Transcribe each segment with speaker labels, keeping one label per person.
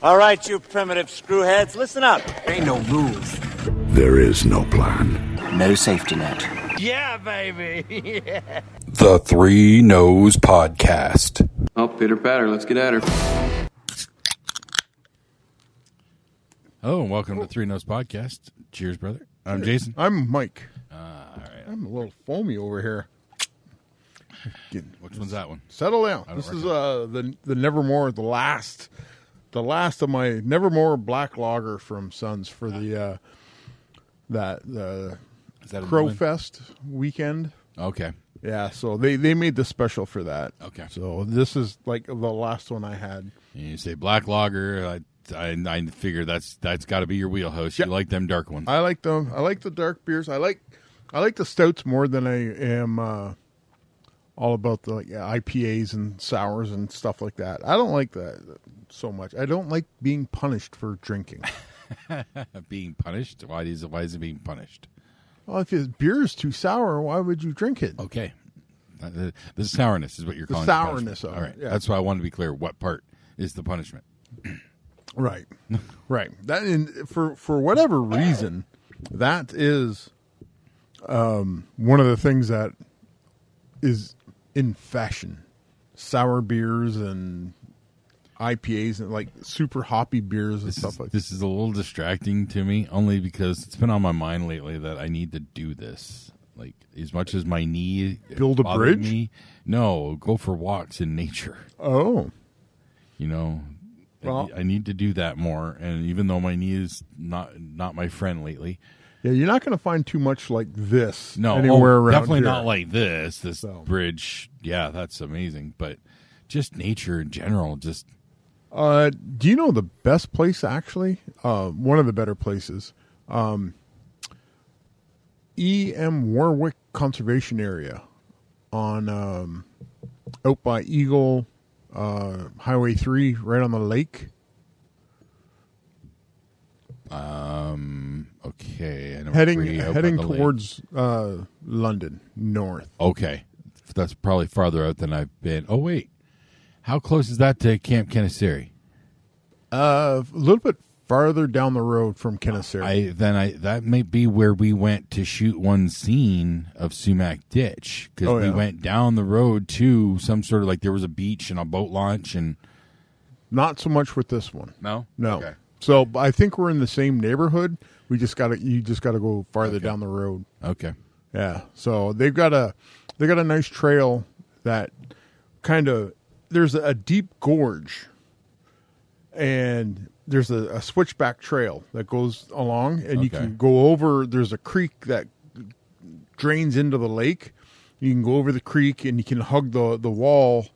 Speaker 1: All right, you primitive screwheads, listen up.
Speaker 2: Ain't no rules.
Speaker 3: There is no plan.
Speaker 2: No safety net.
Speaker 4: Yeah, baby. yeah.
Speaker 5: The Three Nose Podcast.
Speaker 6: Oh, Peter Patter, let's get at her.
Speaker 5: Oh, and welcome to Three Nose Podcast. Cheers, brother. I'm Jason.
Speaker 7: I'm Mike.
Speaker 5: Ah, all right.
Speaker 7: I'm a little foamy over here. Getting-
Speaker 5: Which one's that one?
Speaker 7: Settle down.
Speaker 5: I don't
Speaker 7: This is uh the the Nevermore, the last, the last of my Nevermore black lager from Sons for the uh that the
Speaker 5: Is that a new
Speaker 7: Crow
Speaker 5: one?
Speaker 7: Fest weekend.
Speaker 5: Okay.
Speaker 7: Yeah, so they they made this special for that.
Speaker 5: Okay.
Speaker 7: So this is like the last one I had.
Speaker 5: And you say black lager. I I, I figure that's that's got to be your wheelhouse. You like them dark ones.
Speaker 7: I like them. I like the dark beers. I like I like the stouts more than I am uh all about the like, IPAs and sours and stuff like that. I don't like that so much. I don't like being punished for drinking.
Speaker 5: Uh, being punished. Why is why is it being punished?
Speaker 7: Well, if his beer is too sour, why would you drink it?
Speaker 5: Okay. Uh, The, the sourness is what you're
Speaker 7: The
Speaker 5: calling
Speaker 7: sourness
Speaker 5: the punishment.
Speaker 7: of it,
Speaker 5: All right.
Speaker 7: yeah.
Speaker 5: That's why I wanted to be clear. What part is the punishment?
Speaker 7: Right. right. That and for for whatever reason, that is um one of the things that is in fashion. Sour beers and IPAs and like super hoppy beers and
Speaker 5: This
Speaker 7: stuff
Speaker 5: is,
Speaker 7: like that.
Speaker 5: this is a little distracting to me, only because it's been on my mind lately that I need to do this. Like as much as my knee
Speaker 7: Build a
Speaker 5: bothered
Speaker 7: bridge?
Speaker 5: Me, no, go for walks in nature.
Speaker 7: Oh.
Speaker 5: You know, I-
Speaker 7: Well-
Speaker 5: I, need to do that more. And even though my knee is not not my friend lately,
Speaker 7: Yeah, you're not gonna find too much like this
Speaker 5: no,
Speaker 7: anywhere
Speaker 5: oh,
Speaker 7: around.
Speaker 5: definitely
Speaker 7: here.
Speaker 5: not like this. This
Speaker 7: So.
Speaker 5: bridge, yeah, that's amazing. But just nature in general, just
Speaker 7: Uh, do you know the best place actually? Uh, one of the better places. Um, E.M. Warwick Conservation Area on um, out by Eagle uh, Highway 3, right on the lake.
Speaker 5: okay. I know
Speaker 7: Heading
Speaker 5: we opened
Speaker 7: heading
Speaker 5: the lid.
Speaker 7: towards uh, London north.
Speaker 5: Okay. That's probably farther out than I've been. Oh, wait. How close is that to Camp Kennesari?
Speaker 7: Uh, a little bit farther down the road from Kennesaw.
Speaker 5: I then I that may be where we went to shoot one scene of Sumac Ditch because
Speaker 7: Oh,
Speaker 5: we
Speaker 7: yeah.
Speaker 5: went down the road to some sort of like there was a beach and a boat launch and
Speaker 7: Not so much with this one.
Speaker 5: no
Speaker 7: No.
Speaker 5: Okay.
Speaker 7: So but I think we're in the same neighborhood. We just got to you just got to go farther down the road.
Speaker 5: okay
Speaker 7: Yeah. So they've got a they got a nice trail that kind of there's a deep gorge and there's a, a switchback trail that goes along and you
Speaker 5: Okay.
Speaker 7: can go over there's a creek that drains into the lake. You can go over the creek and you can hug the the wall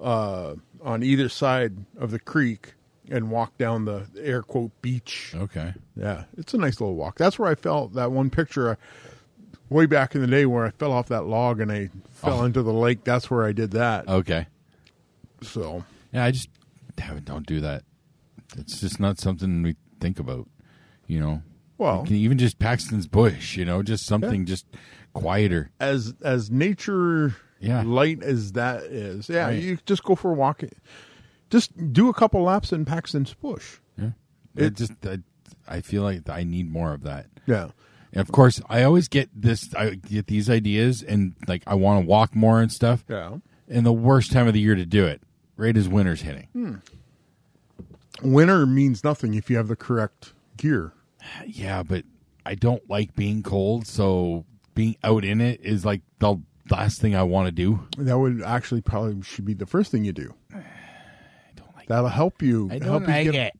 Speaker 7: uh, on either side of the creek and walk down the air quote beach.
Speaker 5: okay
Speaker 7: Yeah, it's a nice little walk. That's where I fell. That one picture, uh, way back in the day, where I fell off that log and I fell
Speaker 5: Oh.
Speaker 7: into the lake. That's where I did that.
Speaker 5: okay
Speaker 7: So
Speaker 5: yeah I just damn it, don't do that it's just not something we think about you know
Speaker 7: Well-
Speaker 5: You can even just Paxton's Bush you know just something just quieter
Speaker 7: as as nature,
Speaker 5: Yeah.
Speaker 7: light as that is, yeah,
Speaker 5: Right.
Speaker 7: you just go for a walk. Just do a couple laps in Paxton's Bush.
Speaker 5: Yeah. It, just I, I feel like I need more of that.
Speaker 7: Yeah,
Speaker 5: And of course, I always get this I get these ideas and like I want to walk more and stuff.
Speaker 7: yeah.
Speaker 5: And the worst time of the year to do it, right as winter's hitting.
Speaker 7: Winter means nothing if you have the correct gear.
Speaker 5: Yeah, but I don't like being cold, so being out in it is like the last thing I want to do.
Speaker 7: That would actually probably should be the first thing you do.
Speaker 5: I don't like
Speaker 7: That'll help you.
Speaker 5: I
Speaker 7: help
Speaker 5: don't
Speaker 7: you
Speaker 5: like
Speaker 7: get-
Speaker 5: it.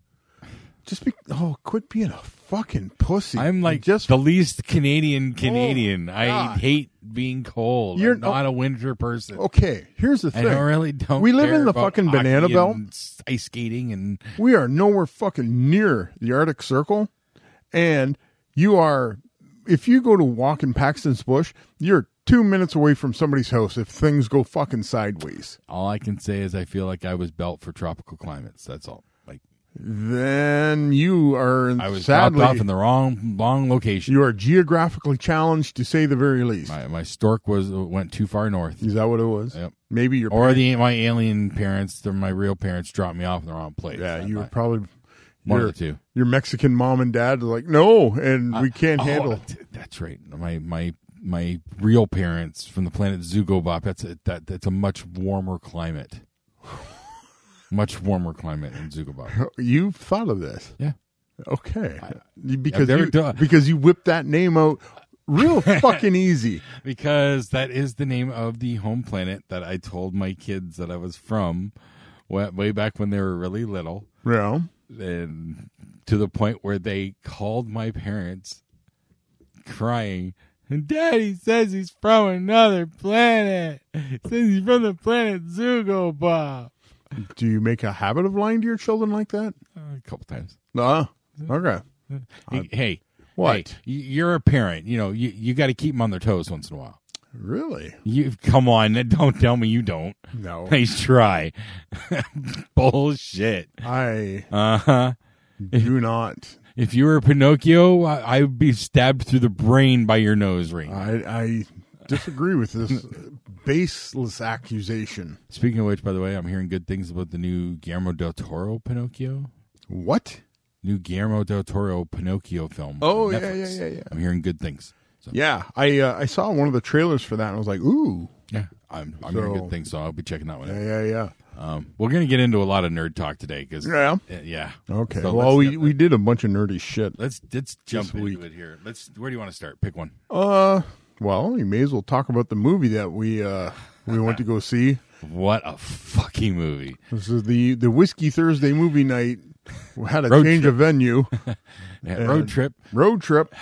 Speaker 7: Just be. Oh, quit being a fucking pussy.
Speaker 5: I'm like
Speaker 7: just Oh,
Speaker 5: the least Canadian Canadian. I
Speaker 7: God.
Speaker 5: hate being cold.
Speaker 7: You're-
Speaker 5: I'm not a winter person.
Speaker 7: Okay, here's the
Speaker 5: I
Speaker 7: thing.
Speaker 5: don't really don't.
Speaker 7: We live
Speaker 5: care
Speaker 7: in the
Speaker 5: about
Speaker 7: fucking
Speaker 5: hockey
Speaker 7: banana
Speaker 5: and
Speaker 7: belt.
Speaker 5: s- ice skating, and
Speaker 7: We are nowhere fucking near the Arctic Circle, and you are. If you go to walk in Paxton's Bush, you're two minutes away from somebody's house if things go fucking sideways.
Speaker 5: all I can say is I feel like I was built for tropical climates. That's all. Like
Speaker 7: then you are
Speaker 5: I was
Speaker 7: sadly
Speaker 5: dropped off in the wrong wrong location.
Speaker 7: you are geographically challenged to say the very least.
Speaker 5: my, my stork was went too far north,
Speaker 7: Is that what it was?
Speaker 5: Yep.
Speaker 7: Maybe your
Speaker 5: or the my alien parents, they're my real parents, dropped me off in the wrong place.
Speaker 7: yeah,
Speaker 5: That
Speaker 7: you were
Speaker 5: might-
Speaker 7: probably
Speaker 5: one
Speaker 7: your,
Speaker 5: of the two.
Speaker 7: Your Mexican mom and dad are like, no, and we can't
Speaker 5: Oh,
Speaker 7: handle.
Speaker 5: that- That's right. My my my real parents from the planet Zugobop. That's a, that that's a much warmer climate. much warmer climate in Zugobop.
Speaker 7: You've thought of this,
Speaker 5: Yeah.
Speaker 7: okay? because
Speaker 5: never
Speaker 7: you,
Speaker 5: done-
Speaker 7: because you whipped that name out real fucking easy.
Speaker 5: because that is the name of the home planet that I told my kids that I was from wa- way back when they were really little,
Speaker 7: Yeah.
Speaker 5: and to the point where they called my parents crying. And Daddy says he's from another planet. Says he's from the planet Zugobop.
Speaker 7: Do you make a habit of lying to your children like that?
Speaker 5: Uh, a couple times.
Speaker 7: Ah, okay.
Speaker 5: Hey, hey,
Speaker 7: What?
Speaker 5: hey, y- you're a parent. You know, you, you got to keep them on their toes once in a while.
Speaker 7: Really?
Speaker 5: You come on, don't tell me you don't.
Speaker 7: No.
Speaker 5: Nice try. Bullshit.
Speaker 7: I
Speaker 5: Uh huh.
Speaker 7: do not.
Speaker 5: If you were Pinocchio, I, I would be stabbed through the brain by your nose ring.
Speaker 7: I, I disagree with this baseless accusation.
Speaker 5: Speaking of which, by the way, I'm hearing good things about the new Guillermo del Toro Pinocchio.
Speaker 7: What?
Speaker 5: New Guillermo del Toro Pinocchio film.
Speaker 7: Oh,
Speaker 5: on
Speaker 7: yeah,
Speaker 5: Netflix.
Speaker 7: yeah, yeah, yeah.
Speaker 5: I'm hearing good things. So,
Speaker 7: Yeah, I uh, I saw one of the trailers for that and I was like, ooh,
Speaker 5: yeah, I'm, I'm hearing
Speaker 7: So-
Speaker 5: good things, so I'll be checking that one out.
Speaker 7: yeah, yeah, yeah.
Speaker 5: Um, we're gonna get into a lot of nerd talk today because
Speaker 7: Yeah.
Speaker 5: yeah.
Speaker 7: Okay.
Speaker 5: So
Speaker 7: well,
Speaker 5: let's
Speaker 7: we,
Speaker 5: get-
Speaker 7: we did a bunch of nerdy shit.
Speaker 5: let's let's jump
Speaker 7: This week.
Speaker 5: into it here. Let's. Where do you want to start? Pick one.
Speaker 7: Uh, well, you may as well talk about the movie that we uh we went to go see.
Speaker 5: What a fucking movie!
Speaker 7: This is the the Whiskey Thursday movie night. We had a
Speaker 5: Road
Speaker 7: change of venue,
Speaker 5: Yeah, road trip.
Speaker 7: road trip,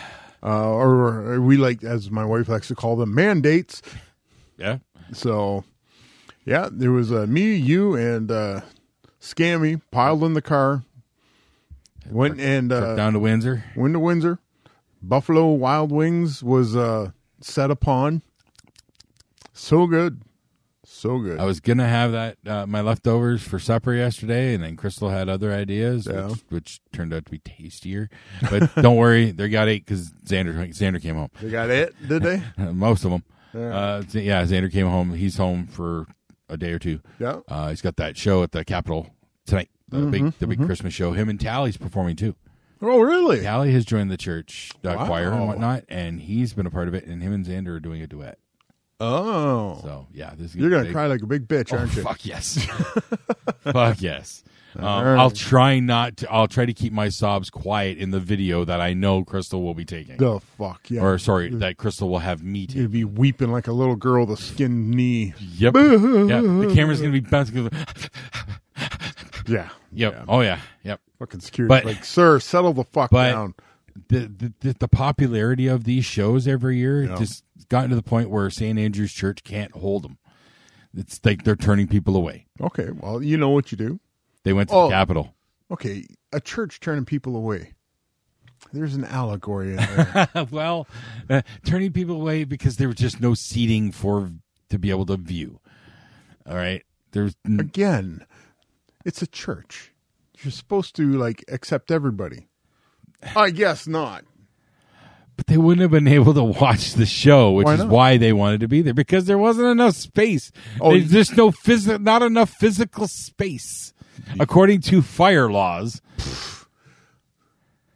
Speaker 7: uh, or we like as my wife likes to call them mandates.
Speaker 5: Yeah.
Speaker 7: So, yeah, there was uh, me, you, and uh, Scammy piled in the car. Went and
Speaker 5: Trip
Speaker 7: uh,
Speaker 5: down to Windsor.
Speaker 7: went to Windsor. Buffalo Wild Wings was uh, set upon. So good, so good.
Speaker 5: I was gonna have that uh, my leftovers for supper yesterday, and then Crystal had other ideas,
Speaker 7: Yeah.
Speaker 5: which, which turned out to be tastier. But don't worry, they got eight because Xander Xander came home.
Speaker 7: they got it, did they?
Speaker 5: Most of them. Uh, Z- yeah, Xander came home. He's home for a day or two.
Speaker 7: Yeah. Mm-hmm,
Speaker 5: Uh, he's got that show at the Capitol tonight. The big, the big Christmas show. Him and Tally's performing too.
Speaker 7: oh, really?
Speaker 5: Tally has joined the church uh,
Speaker 7: Wow.
Speaker 5: choir and whatnot, and he's been a part of it. And him and Xander are doing a duet.
Speaker 7: Oh,
Speaker 5: So yeah, this is
Speaker 7: you're gonna
Speaker 5: be big.
Speaker 7: cry like a big bitch, aren't you?
Speaker 5: Oh, Fuck yes. Fuck yes. Um,
Speaker 7: right.
Speaker 5: I'll try not to. I'll try to keep my sobs quiet in the video that I know Crystal will be taking,
Speaker 7: The fuck yeah.
Speaker 5: or sorry, that Crystal will have me take.
Speaker 7: You'd be weeping like a little girl, the skinned knee.
Speaker 5: Yep. yeah. The camera's gonna be bouncing.
Speaker 7: Yeah,
Speaker 5: yep. Oh yeah. Yep.
Speaker 7: fucking security.
Speaker 5: But-
Speaker 7: like, sir, settle the fuck
Speaker 5: but-
Speaker 7: down.
Speaker 5: The, the the popularity of these shows every year
Speaker 7: Yeah.
Speaker 5: just gotten to the point where St. Andrew's Church can't hold them. It's like they're turning people away.
Speaker 7: Okay, well, you know what you do.
Speaker 5: They went to
Speaker 7: Oh.
Speaker 5: the Capitol.
Speaker 7: Okay, a church turning people away. There's an allegory in there.
Speaker 5: well, uh, turning people away because there was just no seating for to be able to view. All right, there's n-
Speaker 7: Again, it's a church. You're supposed to like accept everybody. I guess not.
Speaker 5: but they wouldn't have been able to watch the show, which
Speaker 7: Why
Speaker 5: is
Speaker 7: not?
Speaker 5: why they wanted to be there because there wasn't enough space.
Speaker 7: Oh,
Speaker 5: There's
Speaker 7: you-
Speaker 5: just no phys- not enough physical space, according to fire laws.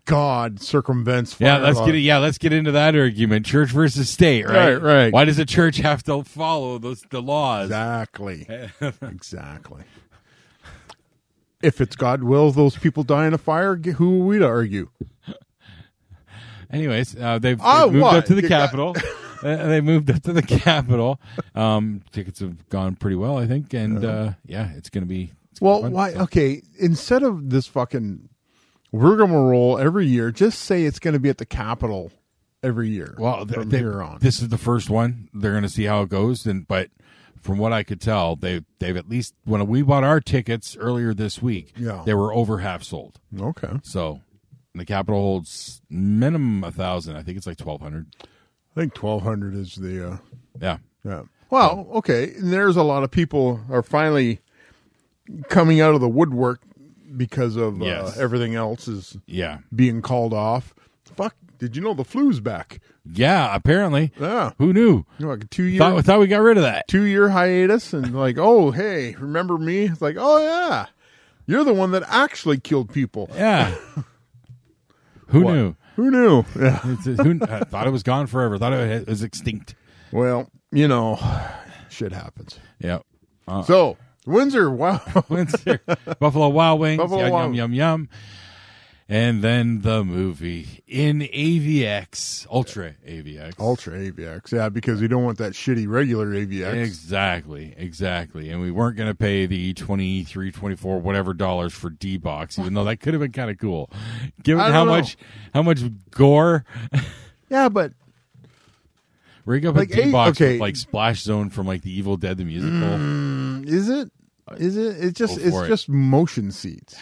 Speaker 7: God circumvents.
Speaker 5: yeah,
Speaker 7: fire
Speaker 5: let's
Speaker 7: law.
Speaker 5: get it. Yeah, let's get into that argument: church versus state. Right,
Speaker 7: Right, right.
Speaker 5: Why does the church have to follow those the laws?
Speaker 7: Exactly. exactly. If it's God wills those people die in a fire, g- who are we to argue?
Speaker 5: Anyways, uh, they've,
Speaker 7: Oh,
Speaker 5: they've moved
Speaker 7: what?
Speaker 5: up to the
Speaker 7: You got-
Speaker 5: Capitol. Uh, they moved up to the Capitol. Um, tickets have gone pretty well, I think, and uh, yeah, it's going to be. it's gonna be
Speaker 7: Well,
Speaker 5: fun.
Speaker 7: why? Okay, instead of this fucking rigmarole every year, just say it's going to be at the Capitol every year.
Speaker 5: Well, th-
Speaker 7: from
Speaker 5: they-
Speaker 7: here on,
Speaker 5: this is the first one. They're going to see how it goes, and but from what I could tell, they they've at least when we bought our tickets earlier this week,
Speaker 7: Yeah.
Speaker 5: they were over half sold.
Speaker 7: okay.
Speaker 5: So the Capitol holds minimum a thousand. I think it's like twelve hundred.
Speaker 7: I think twelve hundred is the uh,
Speaker 5: Yeah,
Speaker 7: yeah. Well, okay, and there's a lot of people are finally coming out of the woodwork because of
Speaker 5: Yes.
Speaker 7: uh, everything else is
Speaker 5: Yeah.
Speaker 7: being called off. Fuck, did you know the flu's back?
Speaker 5: Yeah, apparently.
Speaker 7: Yeah.
Speaker 5: Who knew?
Speaker 7: You know, like a two year
Speaker 5: Thought, thought we got rid of that.
Speaker 7: two year hiatus and like, oh hey, remember me? It's like, oh yeah. You're the one that actually killed people.
Speaker 5: Yeah. Who
Speaker 7: What?
Speaker 5: knew?
Speaker 7: Who knew? Yeah.
Speaker 5: It's, it's- who, I thought it was gone forever. Thought it, it was extinct.
Speaker 7: Well, you know, shit happens.
Speaker 5: Yeah. Uh.
Speaker 7: So Windsor, wow.
Speaker 5: Windsor, Buffalo Wild Wings.
Speaker 7: Buffalo
Speaker 5: yum, yum,
Speaker 7: Wild-
Speaker 5: yum, yum. And then the movie in AVX, Ultra AVX.
Speaker 7: Ultra AVX, yeah, because we don't want that shitty regular AVX.
Speaker 5: Exactly, exactly. And we weren't going to pay the 23, 24, whatever dollars for D box, even though that could have been kind of cool. Given
Speaker 7: I don't
Speaker 5: how
Speaker 7: know.
Speaker 5: much how much gore
Speaker 7: yeah, but
Speaker 5: rig up
Speaker 7: Like,
Speaker 5: a D box
Speaker 7: eh, okay. Mm.
Speaker 5: with like Splash Zone from like the Evil Dead the musical.
Speaker 7: is it? Is it? It's just
Speaker 5: Go
Speaker 7: it's
Speaker 5: for it.
Speaker 7: just motion seats.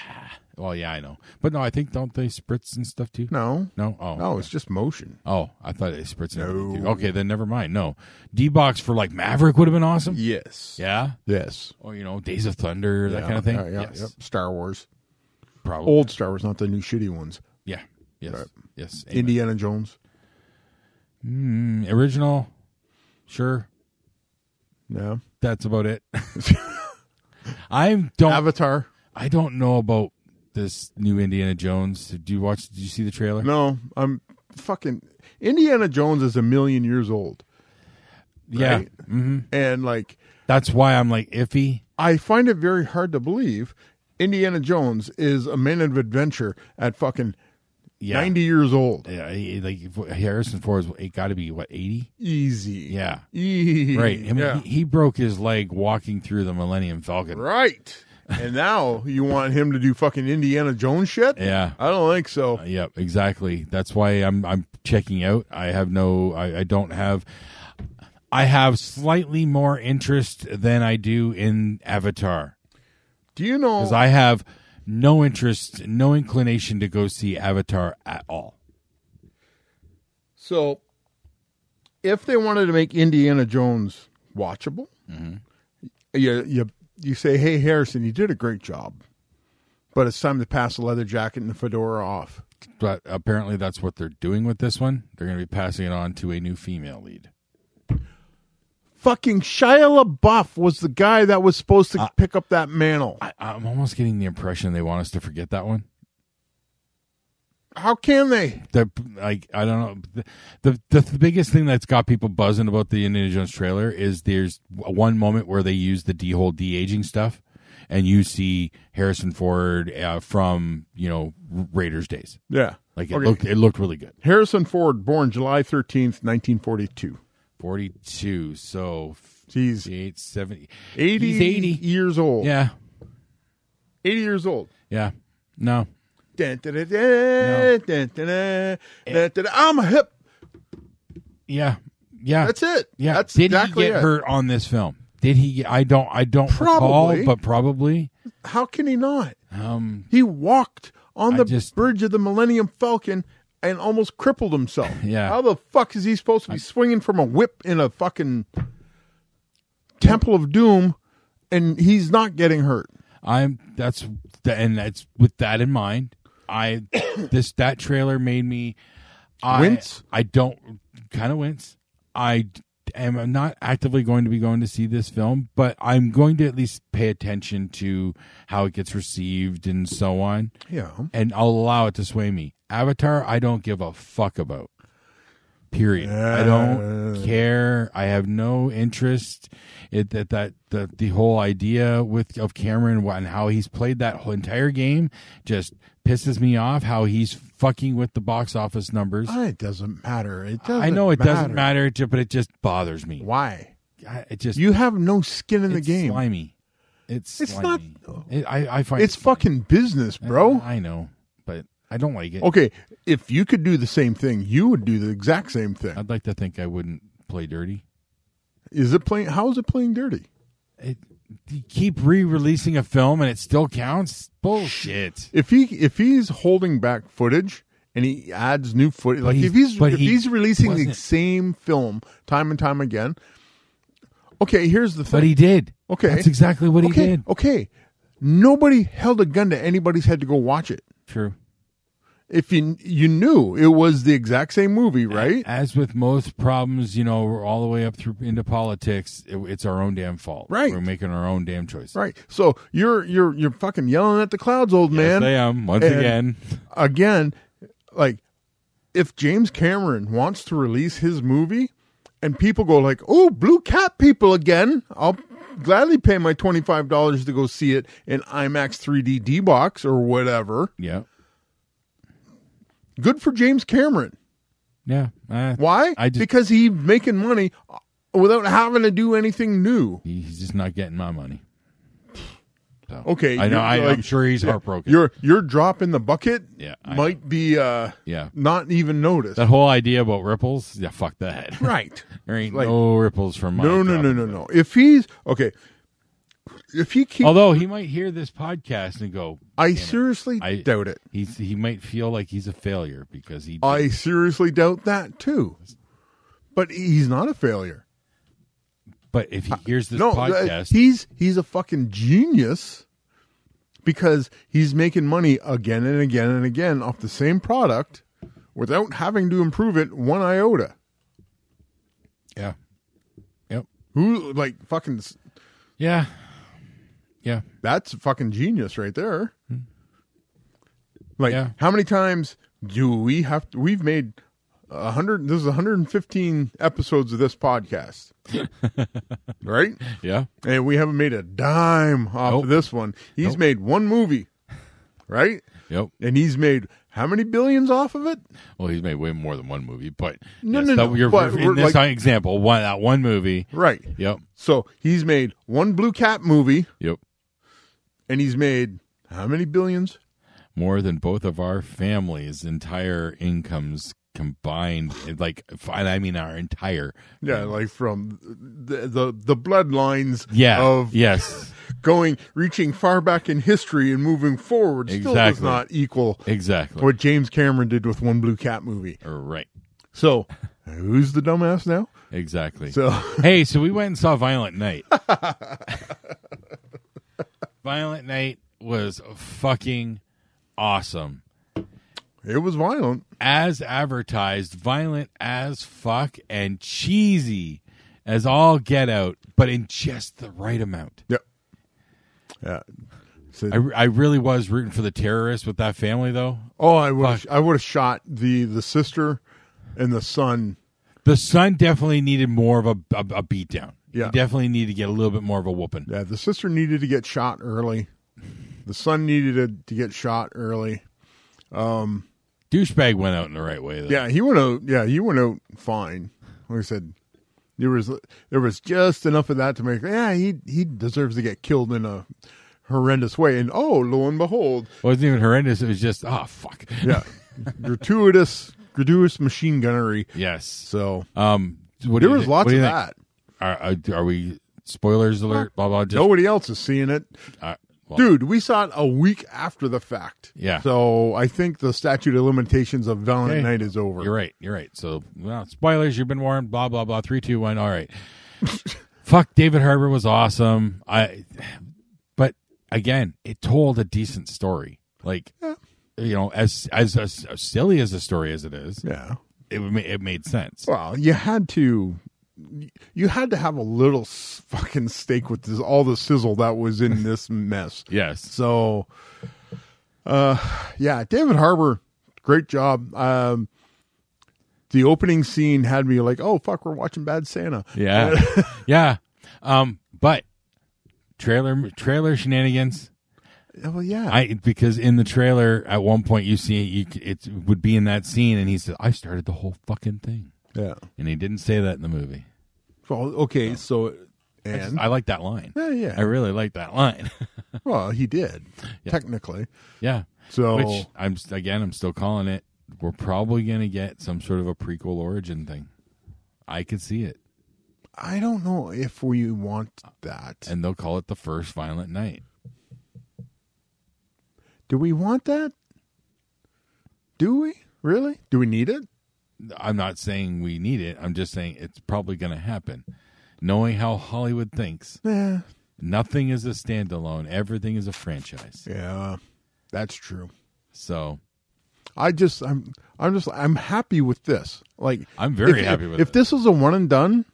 Speaker 5: Well, yeah, I know. But no, I think don't they spritz and stuff too?
Speaker 7: No,
Speaker 5: No? Oh.
Speaker 7: no, it's just motion.
Speaker 5: Oh, I thought they spritzed and everything too.
Speaker 7: No.
Speaker 5: Okay, then never mind. No. D box for like Maverick would have been awesome.
Speaker 7: Yes.
Speaker 5: Yeah.
Speaker 7: Yes.
Speaker 5: Or you know, Days of Thunder, that
Speaker 7: Yeah,
Speaker 5: kind of thing.
Speaker 7: yeah, yeah,
Speaker 5: yes.
Speaker 7: yep. Star Wars,
Speaker 5: Probably.
Speaker 7: old Star Wars, not the new shitty ones.
Speaker 5: Yeah. Yes. Yes. Amen.
Speaker 7: Indiana Jones.
Speaker 5: Mm, original, sure.
Speaker 7: Yeah.
Speaker 5: That's about it. I don't.
Speaker 7: Avatar.
Speaker 5: I don't know about this new Indiana Jones. Did you watch? Did you see the trailer?
Speaker 7: No, I'm fucking Indiana Jones is a million years old,
Speaker 5: yeah, Mm,
Speaker 7: right? and like
Speaker 5: that's why I'm like iffy.
Speaker 7: I find it very hard to believe Indiana Jones is a man of adventure at fucking
Speaker 5: Yeah,
Speaker 7: 90 years old.
Speaker 5: Yeah, he- like if- Harrison Ford is. It got to be what eighty.
Speaker 7: Easy.
Speaker 5: Yeah.
Speaker 7: Easy.
Speaker 5: Right. I mean,
Speaker 7: yeah.
Speaker 5: he, he broke his leg walking through the Millennium Falcon.
Speaker 7: right. And now you want him to do fucking Indiana Jones shit?
Speaker 5: Yeah.
Speaker 7: I don't think so.
Speaker 5: Yep, exactly. That's why I'm I'm checking out. I have no I, I don't have I have slightly more interest than I do in Avatar.
Speaker 7: Do you know
Speaker 5: Because I have no interest, no inclination to go see Avatar at all.
Speaker 7: So, if they wanted to make Indiana Jones watchable,
Speaker 5: Mm-hmm.
Speaker 7: you, you you say, "Hey Harrison, you did a great job, but it's time to pass the leather jacket and the fedora off."
Speaker 5: But apparently that's what they're doing with this one. They're gonna be passing it on to a new female lead.
Speaker 7: Fucking Shia LaBeouf was the guy that was supposed to pick up that mantle.
Speaker 5: Uh, I, I'm almost getting the impression they want us to forget that one.
Speaker 7: How can they?
Speaker 5: the like I don't know the, the the biggest thing that's got people buzzing about the Indiana Jones trailer is there's one moment where they use the D whole de aging stuff, and you see Harrison Ford uh, from you know Raiders days.
Speaker 7: Yeah,
Speaker 5: Like it
Speaker 7: Okay.
Speaker 5: looked it looked really good.
Speaker 7: Harrison Ford, born July thirteenth, nineteen forty-two.
Speaker 5: Forty two, so
Speaker 7: He's
Speaker 5: 58, 70.
Speaker 7: eighty,
Speaker 5: He's eighty.
Speaker 7: years old.
Speaker 5: Yeah,
Speaker 7: eighty years old.
Speaker 5: yeah. No,
Speaker 7: Dun, dun, dun, dun, dun, dun,
Speaker 5: Eh.
Speaker 7: dun, dun, dun. I'm a hip.
Speaker 5: yeah, yeah.
Speaker 7: That's it.
Speaker 5: Yeah.
Speaker 7: that's
Speaker 5: Did
Speaker 7: exactly
Speaker 5: he get
Speaker 7: it.
Speaker 5: hurt on this film? Did he? get- I don't. I don't
Speaker 7: Probably.
Speaker 5: recall, but probably.
Speaker 7: How can he not?
Speaker 5: Um.
Speaker 7: He walked on
Speaker 5: I
Speaker 7: the
Speaker 5: just-
Speaker 7: bridge of the Millennium Falcon and almost crippled himself.
Speaker 5: Yeah.
Speaker 7: How the fuck is he supposed to be swinging from a whip in a fucking Temple of Doom and he's not getting hurt?
Speaker 5: I'm that's and that's with that in mind. I this that trailer made me I,
Speaker 7: Wince?
Speaker 5: I don't kind of wince. I am not actively going to be going to see this film, but I'm going to at least pay attention to how it gets received and so on,
Speaker 7: Yeah.
Speaker 5: and I'll allow it to sway me. Avatar, I don't give a fuck about. Period. I don't care. I have no interest. It that that the, the whole idea with of Cameron wh- and how he's played that whole entire game just pisses me off. How he's fucking with the box office numbers. I,
Speaker 7: Ah, It doesn't matter. It doesn't
Speaker 5: know it doesn't matter, ju- but it just bothers me.
Speaker 7: Why?
Speaker 5: I, it just
Speaker 7: You have no skin in the
Speaker 5: it's
Speaker 7: game.
Speaker 5: Slimy. It's
Speaker 7: It's not-
Speaker 5: slimy. It, I I find
Speaker 7: It's
Speaker 5: it slimy.
Speaker 7: fucking business, bro.
Speaker 5: I, I know, but I don't like it.
Speaker 7: Okay, if you could do the same thing, you would do the exact same thing.
Speaker 5: I'd like to think I wouldn't play dirty.
Speaker 7: Is it playing? How is it playing dirty?
Speaker 5: it, you keep re-releasing a film and it still counts. Bullshit.
Speaker 7: If he if he's holding back footage and he adds new footage, like
Speaker 5: he-
Speaker 7: if he's
Speaker 5: but
Speaker 7: if
Speaker 5: he
Speaker 7: he's releasing the
Speaker 5: wasn't-
Speaker 7: same film time and time again. Okay, here's the thing.
Speaker 5: But he did.
Speaker 7: Okay.
Speaker 5: that's exactly what he
Speaker 7: okay,
Speaker 5: did.
Speaker 7: Okay, Nobody held a gun to anybody's head to go watch it.
Speaker 5: True.
Speaker 7: If you you knew it was the exact same movie, right?
Speaker 5: As with most problems, you know, we're all the way up through into politics. It, it's our own damn fault.
Speaker 7: Right.
Speaker 5: We're making our own damn choices.
Speaker 7: Right. So you're you're you're fucking yelling at the clouds, old
Speaker 5: Yes,
Speaker 7: man.
Speaker 5: I am once
Speaker 7: And-
Speaker 5: again.
Speaker 7: again, like if James Cameron wants to release his movie and people go like, "Oh, blue cat people again," I'll gladly pay my $25 to go see it in IMAX 3D D-Box or whatever.
Speaker 5: Yeah.
Speaker 7: Good for James Cameron.
Speaker 5: Yeah. Uh,
Speaker 7: Why?
Speaker 5: I just-
Speaker 7: because he's making money uh, without having to do anything new.
Speaker 5: he- he's just not getting my money. So,
Speaker 7: Okay,
Speaker 5: I know.
Speaker 7: you're
Speaker 5: I,
Speaker 7: like-
Speaker 5: I'm sure he's
Speaker 7: yeah,
Speaker 5: heartbroken.
Speaker 7: Your your drop in the bucket
Speaker 5: Yeah, I
Speaker 7: might be uh
Speaker 5: Yeah.
Speaker 7: not even noticed.
Speaker 5: that whole idea about ripples. Yeah. Fuck that.
Speaker 7: right.
Speaker 5: there ain't
Speaker 7: Like-
Speaker 5: no ripples from my
Speaker 7: No, no,
Speaker 5: drop.
Speaker 7: no, no, no. If he's okay, if he keeps,
Speaker 5: Although he might hear this podcast and go,
Speaker 7: I seriously
Speaker 5: I-
Speaker 7: doubt it.
Speaker 5: he's he might feel like he's a failure because he.
Speaker 7: I seriously doubt that too. But he's not a failure.
Speaker 5: but if he hears this
Speaker 7: no, uh,
Speaker 5: podcast,
Speaker 7: he's he's a fucking genius because he's making money again and again and again off the same product without having to improve it one iota.
Speaker 5: yeah, yep,
Speaker 7: Who like fucking s-
Speaker 5: yeah, yeah.
Speaker 7: that's fucking genius right there. Like
Speaker 5: Hmm. Yeah.
Speaker 7: how many times do we have to, we've made a hundred this is 115 episodes of this podcast. right?
Speaker 5: Yeah.
Speaker 7: And we haven't made a dime off
Speaker 5: Nope.
Speaker 7: of this one. He's
Speaker 5: Nope.
Speaker 7: made one movie. Right?
Speaker 5: Yep.
Speaker 7: And he's made how many billions off of it?
Speaker 5: Well, he's made way more than one movie, but
Speaker 7: No,
Speaker 5: yes,
Speaker 7: no,
Speaker 5: that-
Speaker 7: no,
Speaker 5: You're,
Speaker 7: but
Speaker 5: in
Speaker 7: we're
Speaker 5: this
Speaker 7: like-
Speaker 5: example, one that one movie.
Speaker 7: Right.
Speaker 5: Yep.
Speaker 7: So he's made one blue cat movie
Speaker 5: Yep.
Speaker 7: and he's made how many billions?
Speaker 5: More than both of our families' entire incomes combined. Like, fi- I mean, our entire.
Speaker 7: Yeah, like from the the, the bloodlines
Speaker 5: Yeah.
Speaker 7: of
Speaker 5: yes.
Speaker 7: going reaching far back in history and moving forward still does
Speaker 5: Exactly.
Speaker 7: not equal
Speaker 5: Exactly.
Speaker 7: what James Cameron did with one blue cat movie.
Speaker 5: Right.
Speaker 7: So who's the dumbass now?
Speaker 5: Exactly.
Speaker 7: So
Speaker 5: hey, so we went and saw Violent Night. Violent Night was fucking awesome.
Speaker 7: it was violent.
Speaker 5: As advertised, violent as fuck and cheesy as all get out, but in just the right amount.
Speaker 7: Yep. Yeah. So,
Speaker 5: I, I really was rooting for the terrorists with that family, though.
Speaker 7: oh, I would I would have shot the the sister and the son.
Speaker 5: The son definitely needed more of a, a, a beatdown.
Speaker 7: Yeah.
Speaker 5: He definitely needed to get a little bit more of a whooping.
Speaker 7: Yeah, the sister needed to get shot early. The son needed to, to get shot early.
Speaker 5: Douchebag went out in the right way, though.
Speaker 7: Yeah, he went out. Yeah, he went out fine. Like I said, there was there was just enough of that to make. Yeah, he he deserves to get killed in a horrendous way. And oh, lo and behold,
Speaker 5: wasn't even horrendous. It was just, oh, fuck.
Speaker 7: yeah, gratuitous gratuitous machine gunnery.
Speaker 5: Yes.
Speaker 7: So
Speaker 5: Um, what do
Speaker 7: there
Speaker 5: you
Speaker 7: was
Speaker 5: thi-
Speaker 7: lots
Speaker 5: what do
Speaker 7: of
Speaker 5: you think?
Speaker 7: that.
Speaker 5: Are, are, are we spoilers alert? Blah blah. Just,
Speaker 7: Nobody else is seeing it,
Speaker 5: uh, well,
Speaker 7: dude. We saw it a week after the fact.
Speaker 5: Yeah.
Speaker 7: So I think the statute of limitations of Violent
Speaker 5: Okay.
Speaker 7: Night is over.
Speaker 5: You're right. You're right. So well, spoilers. You've been warned. Blah blah blah. Three, two, one. All right. Fuck. David Harbour was awesome. I. But again, it told a decent story. Like. You know, as, as as as silly as the story as it is,
Speaker 7: Yeah.
Speaker 5: it ma- it made sense.
Speaker 7: Well, you had to, you had to have a little s- fucking stake with this, all the sizzle that was in this mess.
Speaker 5: Yes,
Speaker 7: So, uh, yeah, David Harbor, great job. Um, the opening scene had me like, oh fuck, we're watching Bad Santa.
Speaker 5: yeah, yeah. Um, but trailer trailer shenanigans.
Speaker 7: Oh, Well, yeah,
Speaker 5: I because in the trailer at one point you see you, it would be in that scene and he said I started the whole fucking thing
Speaker 7: yeah.
Speaker 5: and he didn't say that in the movie.
Speaker 7: Well, okay, so and
Speaker 5: I like that line.
Speaker 7: Yeah, yeah.
Speaker 5: I really like that line.
Speaker 7: well, he did technically.
Speaker 5: yeah.
Speaker 7: So
Speaker 5: Which I'm again I'm still calling it. We're probably gonna get some sort of a prequel origin thing. I could see it,
Speaker 7: I don't know if we want that.
Speaker 5: and they'll call it the first Violent Night.
Speaker 7: Do we want that? Do we really? Do we need it?
Speaker 5: I'm not saying we need it. I'm just saying it's probably gonna happen. Knowing how Hollywood thinks,
Speaker 7: Yeah,
Speaker 5: Nothing is a standalone. Everything is a franchise.
Speaker 7: Yeah, that's true.
Speaker 5: So
Speaker 7: I just I'm I'm just I'm happy with this. Like
Speaker 5: I'm very
Speaker 7: if-
Speaker 5: happy
Speaker 7: if,
Speaker 5: with
Speaker 7: if
Speaker 5: it.
Speaker 7: this was a one and done,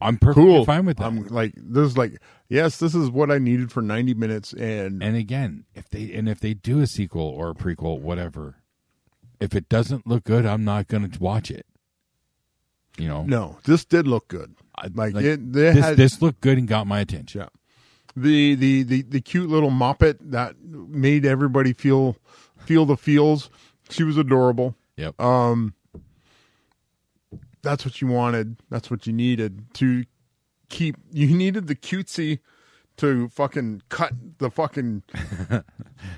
Speaker 5: I'm perfectly
Speaker 7: cool.
Speaker 5: fine with that.
Speaker 7: I'm like there's like yes, this is what I needed for 90 minutes and,
Speaker 5: and again, if they and if they do a sequel or a prequel, whatever, if it doesn't look good, I'm not going to watch it. You know,
Speaker 7: no, this did look good.
Speaker 5: I-
Speaker 7: like,
Speaker 5: like,
Speaker 7: it they
Speaker 5: this,
Speaker 7: had
Speaker 5: this looked good and got my attention.
Speaker 7: yeah. The, the the the cute little moppet that made everybody feel feel the feels. She was adorable.
Speaker 5: Yep.
Speaker 7: Uh, that's what you wanted. That's what you needed to keep. You needed the cutesy to fucking cut the fucking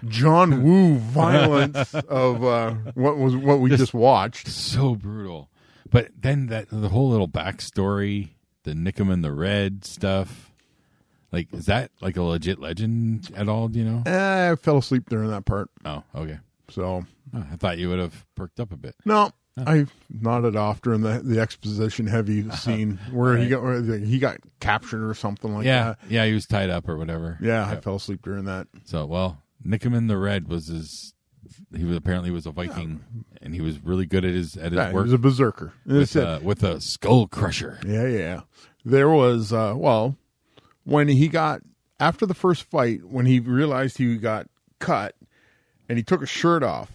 Speaker 7: John Woo violence of uh, what was what we just watched.
Speaker 5: so brutal. But then that the whole little backstory, the Nickem and the Red stuff, like is that like a legit legend at all? Do you know?
Speaker 7: Eh, I fell asleep during that part,
Speaker 5: Oh, okay.
Speaker 7: so
Speaker 5: Oh, I thought you would have perked up a bit.
Speaker 7: no. I nodded off during the, the exposition heavy scene where he got where he got captured or something like uh,
Speaker 5: yeah,
Speaker 7: that.
Speaker 5: yeah, he was tied up or whatever.
Speaker 7: Yeah, I fell asleep during that.
Speaker 5: So well, Nickem and the Red was his. He was apparently was a Viking, and he was really good at his at his
Speaker 7: Yeah, he
Speaker 5: work
Speaker 7: was a berserker. And
Speaker 5: with,
Speaker 7: that's it.
Speaker 5: uh, with a skull crusher.
Speaker 7: Yeah, yeah. There was uh well, when he got after the first fight, when he realized he got cut and he took his shirt off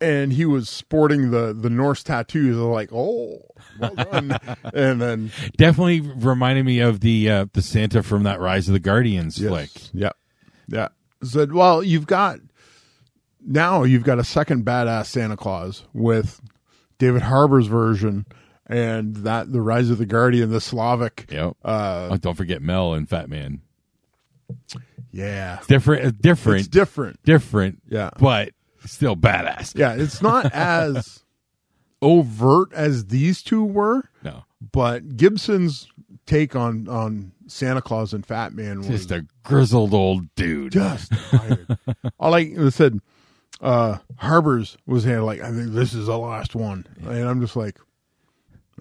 Speaker 7: and he was sporting the the Norse tattoos, I was like, "Oh, well done." and then
Speaker 5: Definitely reminded me of the uh, the Santa from that Rise of the Guardians flick.
Speaker 7: yeah. Yeah. Said, "Well, you've got now you've got a second badass Santa Claus with David Harbour's version and that the Rise of the Guardian, the Slavic
Speaker 5: Yep.
Speaker 7: Uh,
Speaker 5: oh, don't forget Mel and Fat Man.
Speaker 7: yeah.
Speaker 5: Different, uh, different,
Speaker 7: It's different.
Speaker 5: different.
Speaker 7: Yeah.
Speaker 5: but still badass.
Speaker 7: Yeah, it's not as overt as these two were,
Speaker 5: No,
Speaker 7: but Gibson's take on on Santa Claus and Fat Man was
Speaker 5: just a grizzled old dude.
Speaker 7: just tired. I like I said, uh Harbors was here like I think this is the last one, and I'm just like,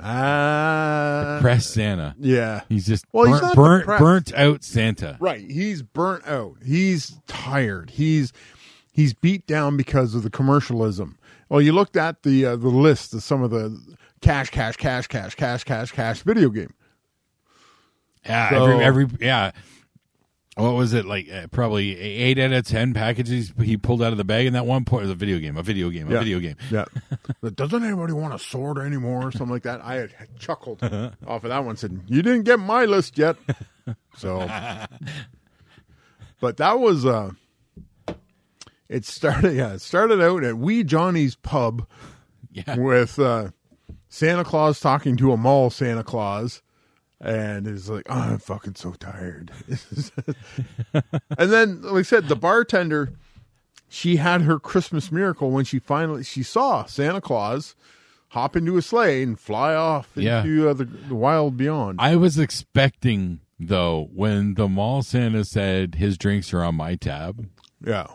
Speaker 7: ah,
Speaker 5: Press Santa.
Speaker 7: yeah,
Speaker 5: He's just
Speaker 7: Well, he's
Speaker 5: burnt,
Speaker 7: not
Speaker 5: burnt,
Speaker 7: depressed.
Speaker 5: burnt out Santa.
Speaker 7: Right. He's burnt out. He's tired. He's he's beat down because of the commercialism. Well, you looked at the uh, the list of some of the cash, cash, cash, cash, cash, cash, cash video game.
Speaker 5: Yeah,
Speaker 7: So-
Speaker 5: every, every yeah. What was it like? Uh, probably eight out of ten packages he pulled out of the bag in that one point. It was a video game, a video game, a
Speaker 7: Yeah.
Speaker 5: video game.
Speaker 7: Yeah. But Doesn't anybody want a sword anymore or something like that? I had chuckled off of that one. Said you didn't get my list yet. So, but that was uh, it started. Yeah, it started out at Wee Johnny's Pub.
Speaker 5: Yeah,
Speaker 7: with uh, Santa Claus talking to a mall Santa Claus, and it's like, oh, I'm fucking so tired. and then, like I said, the bartender, she had her Christmas miracle when she finally she saw Santa Claus hop into a sleigh and fly off
Speaker 5: Yeah.
Speaker 7: into uh, the, the wild beyond.
Speaker 5: I was expecting though when the mall Santa said his drinks are on my tab.
Speaker 7: yeah.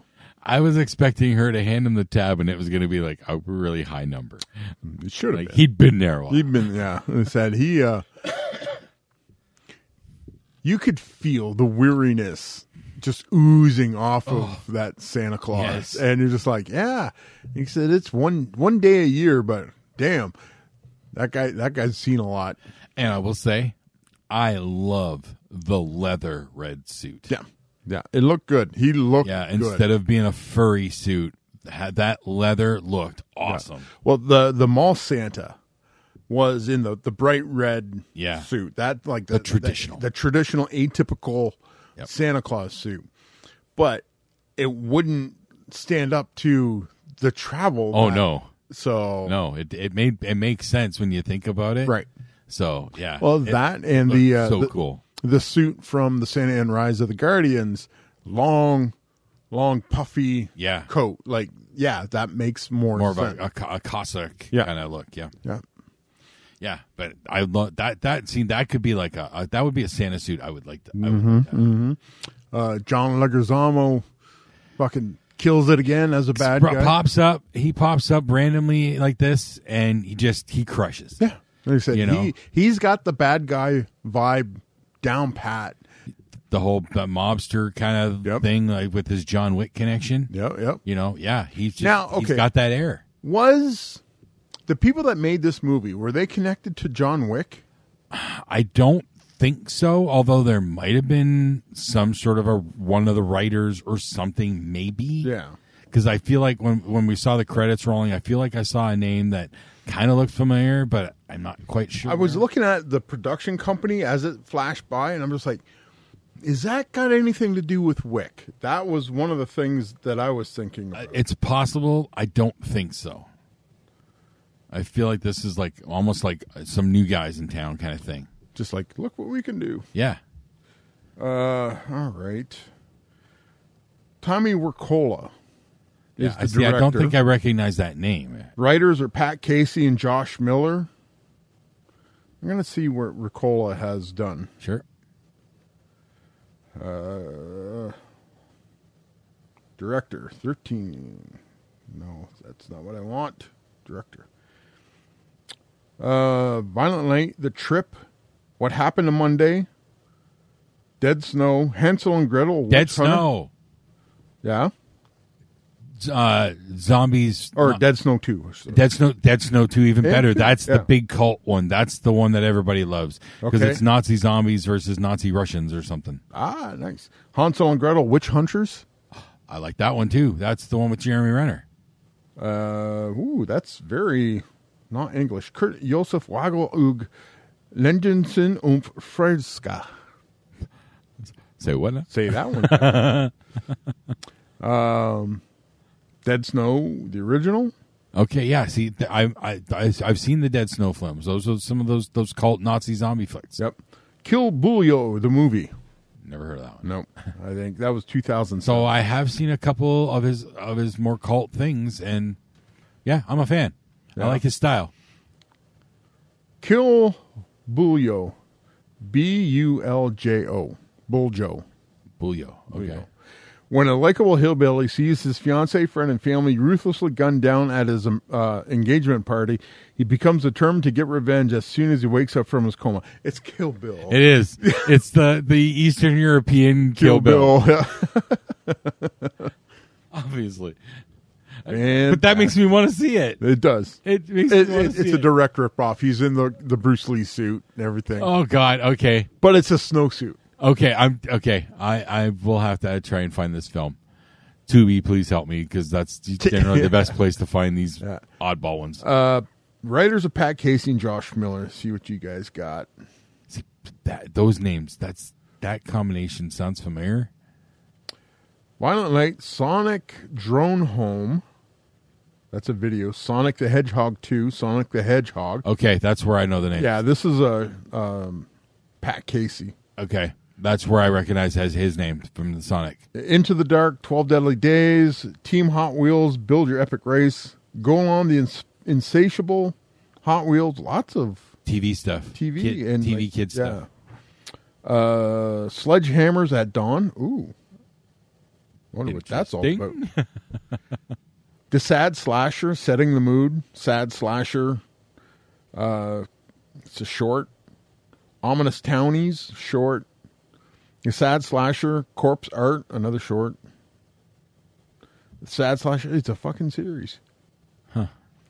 Speaker 5: I was expecting her to hand him the tab, and it was going to be like a really high number.
Speaker 7: It should have
Speaker 5: Like
Speaker 7: been.
Speaker 5: he'd been there a while.
Speaker 7: He'd been yeah. They said he uh you could feel the weariness just oozing off of that Santa Claus.
Speaker 5: Oh. Yes.
Speaker 7: And you're just like, yeah. He said it's one one day a year, but damn. That guy that guy's seen a lot.
Speaker 5: And I will say, I love the leather red suit.
Speaker 7: Yeah. Yeah. It looked good. He looked
Speaker 5: Yeah,
Speaker 7: good.
Speaker 5: instead of being a furry suit, had that leather looked awesome.
Speaker 7: Well, the the mall Santa was in the the bright red
Speaker 5: Yeah.
Speaker 7: suit. That like
Speaker 5: The traditional.
Speaker 7: the, traditional atypical Santa Claus suit, but it wouldn't stand up to the travel.
Speaker 5: Oh
Speaker 7: that-
Speaker 5: no.
Speaker 7: So
Speaker 5: No, it it made it makes sense when you think about it.
Speaker 7: Right.
Speaker 5: So, yeah.
Speaker 7: Well,
Speaker 5: it
Speaker 7: that and the
Speaker 5: looked
Speaker 7: uh,
Speaker 5: so
Speaker 7: the,
Speaker 5: cool.
Speaker 7: the suit from the Santa and Rise of the Guardians, long, long puffy
Speaker 5: Yeah.
Speaker 7: coat. Like yeah, that makes more
Speaker 5: More of
Speaker 7: sense.
Speaker 5: a, a, Ca- a Cossack
Speaker 7: Yeah.
Speaker 5: kind of look, yeah.
Speaker 7: yeah.
Speaker 5: Yeah, but I love that that scene that could be like a, a that would be a Santa suit I would like to I would
Speaker 7: Mm-hmm.
Speaker 5: like that.
Speaker 7: uh, John Leguizamo fucking kills it again as a bad
Speaker 5: Bro-
Speaker 7: guy.
Speaker 5: pops up, he pops up randomly like this and he just he crushes.
Speaker 7: Yeah, like I said,
Speaker 5: You know?
Speaker 7: he he's got the bad guy vibe down pat.
Speaker 5: the whole the mobster kind of
Speaker 7: Yep.
Speaker 5: thing, like with his John Wick connection.
Speaker 7: Yep, yep.
Speaker 5: You know, yeah, he's just,
Speaker 7: Now,
Speaker 5: he's
Speaker 7: okay.
Speaker 5: got that air.
Speaker 7: Was the people that made this movie were they connected to John Wick?
Speaker 5: I don't think so, although there might have been some sort of a one of the writers or something, maybe.
Speaker 7: Yeah.
Speaker 5: Because I feel like when when we saw the credits rolling, I feel like I saw a name that kind of looked familiar, but I'm not quite sure.
Speaker 7: I was looking at the production company as it flashed by, and I'm just like, is that got anything to do with Wick? That was one of the things that I was thinking. About.
Speaker 5: It's possible. I don't think so. I feel like this is like almost like some new guys in town kind of thing.
Speaker 7: Just like, look what we can do.
Speaker 5: Yeah.
Speaker 7: All right. Tommy Wirkola is
Speaker 5: Yeah,
Speaker 7: the
Speaker 5: I, see, I don't
Speaker 7: director.
Speaker 5: think I recognize that name.
Speaker 7: Writers are Pat Casey and Josh Miller. I'm going to see what Ricola has done.
Speaker 5: Sure.
Speaker 7: Director, 13. No, that's not what I want. Director. Uh, Violent Night, The Trip, What Happened to Monday, Dead Snow, Hansel and Gretel, Witch
Speaker 5: Dead
Speaker 7: Hunter.
Speaker 5: Snow.
Speaker 7: Yeah.
Speaker 5: Z- Uh, zombies.
Speaker 7: Or
Speaker 5: no,
Speaker 7: Dead Snow 2.
Speaker 5: Dead Snow, Dead Snow 2 even
Speaker 7: Yeah,
Speaker 5: better.
Speaker 7: too.
Speaker 5: That's
Speaker 7: Yeah.
Speaker 5: the big cult one. That's the one that everybody loves because
Speaker 7: Okay.
Speaker 5: it's Nazi zombies versus Nazi Russians or something.
Speaker 7: Ah, nice. Hansel and Gretel, Witch Hunters.
Speaker 5: I like that one too. That's the one with Jeremy Renner.
Speaker 7: Uh, ooh, that's very not English. Kurt Josef Wagel Ug Lendensen und Fredska.
Speaker 5: Say what? now?
Speaker 7: Say that one. um, Dead Snow, the original.
Speaker 5: Okay, yeah. See, th- I, I, I, I've seen the Dead Snow films. Those are some of those those cult Nazi zombie flicks.
Speaker 7: Yep. Kill Bulio, the movie.
Speaker 5: Never heard of that one.
Speaker 7: Nope. I think that was 2000.
Speaker 5: So I have seen a couple of his of his more cult things, and yeah, I'm a fan.
Speaker 7: Yeah.
Speaker 5: I like his style.
Speaker 7: Kill Bulio, B U L J O, Buljo.
Speaker 5: Bulio. Okay.
Speaker 7: When a likable hillbilly sees his fiancee, friend, and family ruthlessly gunned down at his um, uh, engagement party, he becomes determined to get revenge as soon as he wakes up from his coma. It's Kill Bill.
Speaker 5: It is. It's the the Eastern European Kill, Bill. obviously.
Speaker 7: And
Speaker 5: But that makes me want to see it.
Speaker 7: it does. It,
Speaker 5: It makes
Speaker 7: it,
Speaker 5: me want to see
Speaker 7: it's a
Speaker 5: it.
Speaker 7: direct ripoff. He's in the, the Bruce Lee suit and everything,
Speaker 5: Oh God. Okay.
Speaker 7: but it's a snowsuit.
Speaker 5: Okay. I'm okay. I I will have to try and find this film. Tubi, please help me because that's generally the best place to find these oddball ones.
Speaker 7: Writers of Pat Casey and Josh Miller. See what you guys got.
Speaker 5: See, that, those names. That's that combination sounds familiar.
Speaker 7: Violent Night, Sonic Drone Home. That's a video. Sonic the Hedgehog 2, Sonic the Hedgehog.
Speaker 5: Okay, that's where I know the name.
Speaker 7: Yeah, this is a um, Pat Casey.
Speaker 5: Okay, that's where I recognize as his name from the Sonic.
Speaker 7: Into the Dark, 12 Deadly Days, Team Hot Wheels, Build Your Epic Race, Go On the Ins- Insatiable, Hot Wheels, lots of
Speaker 5: TV stuff.
Speaker 7: TV
Speaker 5: Kid-
Speaker 7: and
Speaker 5: TV
Speaker 7: like,
Speaker 5: kid stuff.
Speaker 7: yeah. Uh, Sledgehammers at Dawn. Ooh. Wonder what that's all about.
Speaker 5: Interesting.
Speaker 7: The Sad Slasher, Setting the Mood, Sad Slasher. Uh, it's a short. Ominous Townies, short. The Sad Slasher, Corpse Art, another short. The Sad Slasher, it's a fucking series. Huh.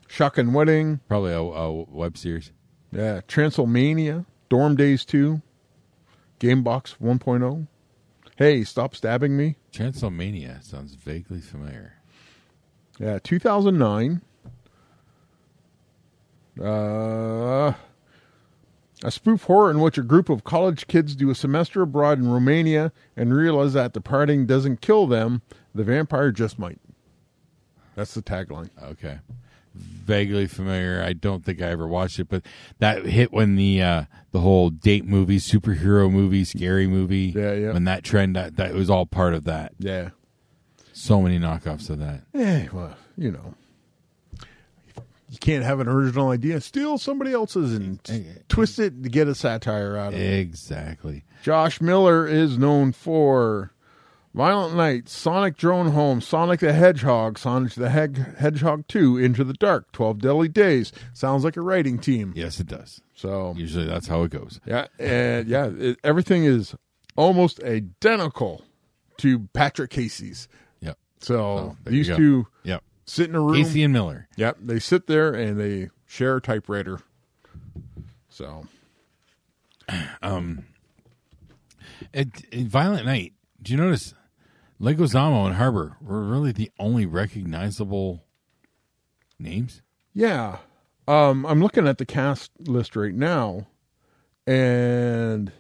Speaker 7: Shock and Wedding,
Speaker 5: Probably a, a web series.
Speaker 7: yeah. Transylvania, Dorm Days 2, Game Box 1.0. Hey, Stop Stabbing Me.
Speaker 5: Transylvania sounds vaguely familiar.
Speaker 7: Yeah, 2009. Uh, a spoof horror in which a group of college kids do a semester abroad in Romania and realize that departing doesn't kill them, the vampire just might. That's the tagline.
Speaker 5: Okay. Vaguely familiar. I don't think I ever watched it, but that hit when the uh the whole date movie, superhero movie, scary movie.
Speaker 7: Yeah, yeah.
Speaker 5: When that trend that that was all part of that.
Speaker 7: Yeah.
Speaker 5: So many knockoffs of that.
Speaker 7: Eh, well, you know. You can't have an original idea. Steal somebody else's and twist it to get a satire out of it.
Speaker 5: Exactly.
Speaker 7: Josh Miller is known for Violent Night, Sonic Drone Home, Sonic the Hedgehog, Sonic the Heg- Hedgehog 2, Into the Dark, 12 Deadly Days. Sounds like a writing team.
Speaker 5: Yes, it does.
Speaker 7: So,
Speaker 5: Usually that's how it goes.
Speaker 7: yeah, and yeah, it, everything is almost identical to Patrick Casey's.
Speaker 5: Yep.
Speaker 7: So
Speaker 5: Oh, there
Speaker 7: these
Speaker 5: you go.
Speaker 7: two
Speaker 5: Yep.
Speaker 7: sit in a room.
Speaker 5: Casey and Miller.
Speaker 7: Yep, they sit there and they share a typewriter. So
Speaker 5: At, in Violent Night, do you notice Lego Zamo and Harbor were really the only recognizable names?
Speaker 7: yeah, um, I'm looking at the cast list right now, and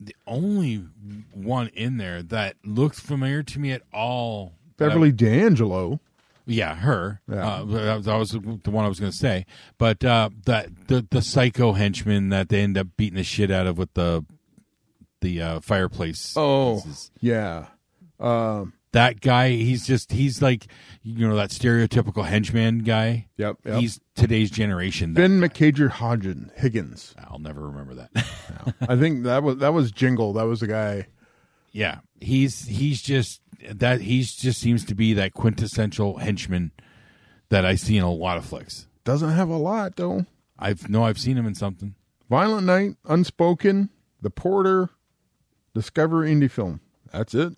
Speaker 5: The only one in there that looks familiar to me at all. that I-
Speaker 7: Beverly D'Angelo.
Speaker 5: yeah, her.
Speaker 7: Yeah.
Speaker 5: Uh, that, was, that was the one I was going to say. But uh, that the the psycho henchman that they end up beating the shit out of with the the uh, fireplace.
Speaker 7: Oh.
Speaker 5: pieces.
Speaker 7: yeah,
Speaker 5: that guy he's just he's like you know that stereotypical henchman guy
Speaker 7: Yep, yep.
Speaker 5: he's today's generation that,
Speaker 7: Ben McCager Hodgen Higgins.
Speaker 5: i'll never remember that
Speaker 7: I think that was that was Jingle. That was the guy.
Speaker 5: yeah he's he's just that he's just seems to be that quintessential henchman that i see in a lot of flicks
Speaker 7: Doesn't have a lot though.
Speaker 5: i've no i've seen him in something
Speaker 7: Violent Night, Unspoken, The Porter, Discover Indie Film. That's it.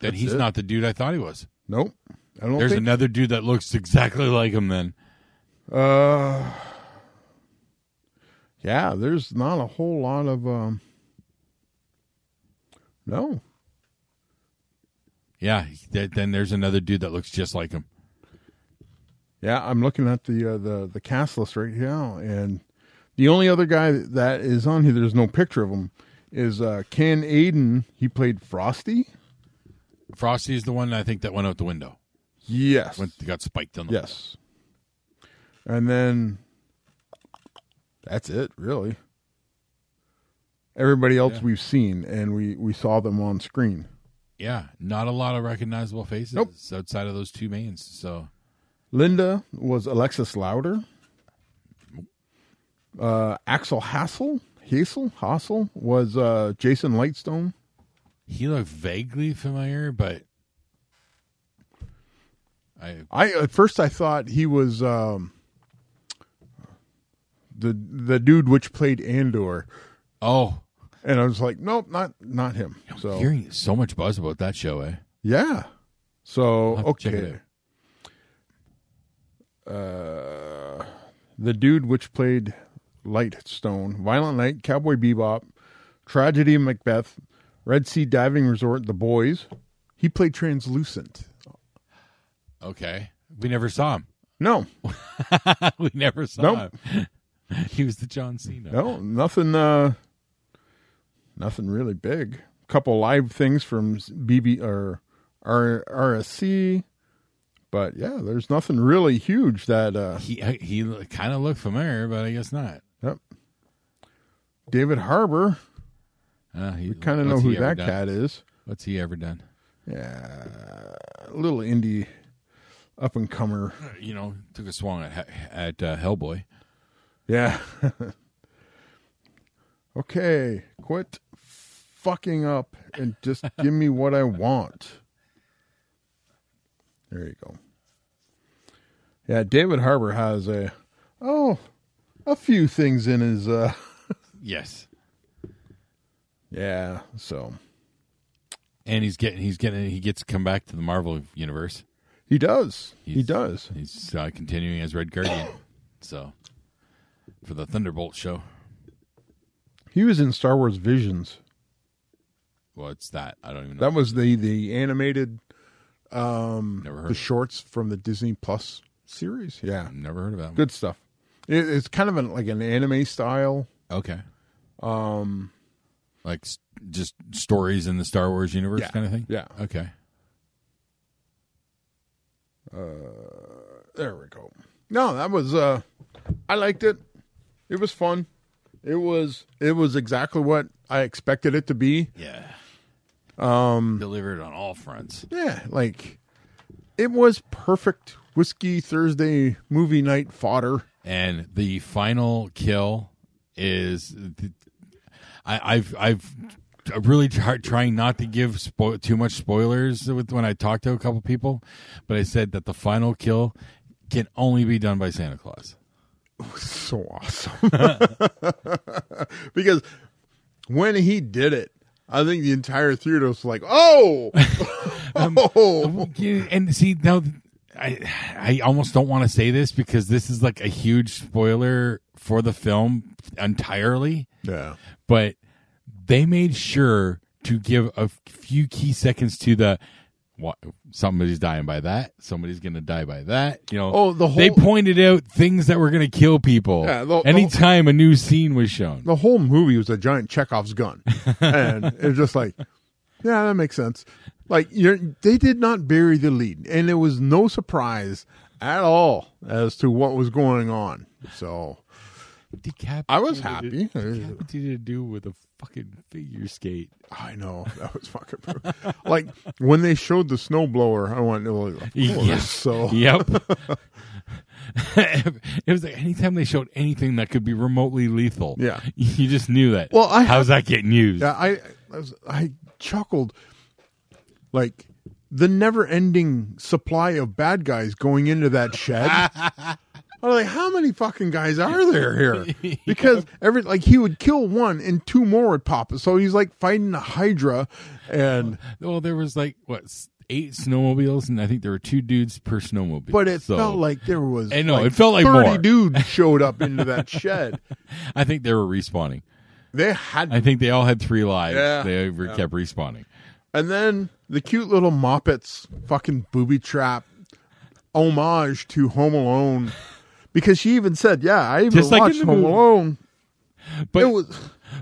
Speaker 5: that he's
Speaker 7: it.
Speaker 5: not the dude i thought he was
Speaker 7: Nope. I don't
Speaker 5: there's
Speaker 7: think.
Speaker 5: another dude that looks exactly like him then
Speaker 7: uh, yeah, there's not a whole lot of. Um, no,
Speaker 5: yeah th- then there's another dude that looks just like him
Speaker 7: Yeah, I'm looking at the uh, the the cast list right now, and the only other guy that is on here, there's no picture of him, is uh, Ken Aiden. He played Frosty.
Speaker 5: frosty is the one i think that went out the window
Speaker 7: Yes.
Speaker 5: went got spiked on the
Speaker 7: yes. And then that's it, really. Everybody else we've seen, and we we saw them on screen.
Speaker 5: Yeah, not a lot of recognizable faces
Speaker 7: Nope.
Speaker 5: outside of those two mains. So
Speaker 7: Linda was Alexis Louder. Uh, Axel Hassel, Hassel, Hassel was uh, Jason Lightstone.
Speaker 5: he looked vaguely familiar, but I
Speaker 7: I at first I thought he was um, the the dude which played Andor,
Speaker 5: oh,
Speaker 7: and I was like, nope, not not him. So
Speaker 5: hearing so much buzz about that show, eh?
Speaker 7: yeah, so
Speaker 5: I'll have to check it
Speaker 7: okay. Uh, the dude which played Lightstone, Violent Night, Cowboy Bebop, Tragedy of Macbeth, Red Sea Diving Resort, The Boys. He played Translucent.
Speaker 5: Okay, we never saw him.
Speaker 7: No,
Speaker 5: we never saw
Speaker 7: Nope.
Speaker 5: him. he was the John Cena.
Speaker 7: No, nothing. Uh, nothing really big. Couple live things from BB or R, RSC, but yeah, there's nothing really huge that. Uh,
Speaker 5: He he kind of looked familiar, but I guess not.
Speaker 7: yep. David Harbor,
Speaker 5: Uh, he,
Speaker 7: kind of know
Speaker 5: what's
Speaker 7: who
Speaker 5: he ever
Speaker 7: that
Speaker 5: done?
Speaker 7: cat is.
Speaker 5: What's he ever done?
Speaker 7: A little indie, up and comer.
Speaker 5: Uh, You know, took a swung at at uh, Hellboy.
Speaker 7: Yeah. okay, quit fucking up and just give me what I want. There you go. Yeah, David Harbour has a oh, a few things in his uh
Speaker 5: Yes,
Speaker 7: yeah, so
Speaker 5: and he's getting he's getting he gets to come back to the Marvel universe.
Speaker 7: he does. he
Speaker 5: He's-
Speaker 7: does.
Speaker 5: He's uh, continuing as Red Guardian. so for the Thunderbolt show,
Speaker 7: He was in Star Wars Visions.
Speaker 5: what's that? I don't even know.
Speaker 7: That was the the animated
Speaker 5: never heard.
Speaker 7: the
Speaker 5: Of, it. Hmm.
Speaker 7: shorts from the Disney Plus series. Yeah.
Speaker 5: never heard of that. One.
Speaker 7: Good stuff. It, it's kind of an, like an anime style
Speaker 5: Okay. Um,
Speaker 7: Um,
Speaker 5: like s- just stories in the Star Wars universe,
Speaker 7: Yeah,
Speaker 5: kind of thing.
Speaker 7: yeah.
Speaker 5: Okay.
Speaker 7: There we go. No, that was uh I liked it. It was fun. It was it was exactly what I expected it to be.
Speaker 5: Yeah. Um, delivered on all fronts.
Speaker 7: Yeah, like it was perfect whiskey Thursday movie night fodder.
Speaker 5: and the final kill is I, I've I've I'm really try, trying not to give spo- too much spoilers with when I talk to a couple people, but I said that the final kill can only be done by Santa Claus.
Speaker 7: So awesome. because when he did it, I think the entire theater was like, "Oh, oh,
Speaker 5: Yeah, and see now i i almost don't want to say this because this is like a huge spoiler for the film entirely
Speaker 7: yeah."
Speaker 5: but they made sure to give a few key seconds to the what somebody's dying by that somebody's gonna die by that you know
Speaker 7: Oh, the whole-
Speaker 5: they pointed out things that were gonna kill people
Speaker 7: Yeah, the- the-
Speaker 5: anytime a new scene was shown
Speaker 7: The whole movie was a giant Chekhov's gun, and it was just like, "Yeah, that makes sense." Like, you're, they did not bury the lead, and it was no surprise at all as to what was going on. So
Speaker 5: Decap-
Speaker 7: I was happy.
Speaker 5: decapitated to do with a fucking figure skate
Speaker 7: I know that was fucking brutal. like when they showed the snowblower. I went, well, of course.
Speaker 5: Yeah.
Speaker 7: So
Speaker 5: Yep. it was like anytime they showed anything that could be remotely lethal.
Speaker 7: Yeah.
Speaker 5: You just knew that.
Speaker 7: Well, I-
Speaker 5: how's that getting used?
Speaker 7: Yeah, I I, was, I chuckled. Like the never-ending supply of bad guys going into that shed. I was like, how many fucking guys are there here? Because every like he would kill one and two more would pop. So he's like fighting a hydra, and
Speaker 5: Well, there was like what s- eight snowmobiles, and I think there were two dudes per snowmobile.
Speaker 7: but it
Speaker 5: So,
Speaker 7: felt like there was.
Speaker 5: I know, it felt like
Speaker 7: thirty
Speaker 5: more.
Speaker 7: dudes showed up into that shed.
Speaker 5: I think they were respawning.
Speaker 7: They had
Speaker 5: I think they all had three lives.
Speaker 7: Yeah.
Speaker 5: They were, kept respawning.
Speaker 7: And then the cute little Moppets fucking booby trap homage to Home Alone. Because she even said, Yeah, I even
Speaker 5: Just like
Speaker 7: watched
Speaker 5: in the
Speaker 7: Home
Speaker 5: movie.
Speaker 7: Alone.
Speaker 5: But
Speaker 7: it was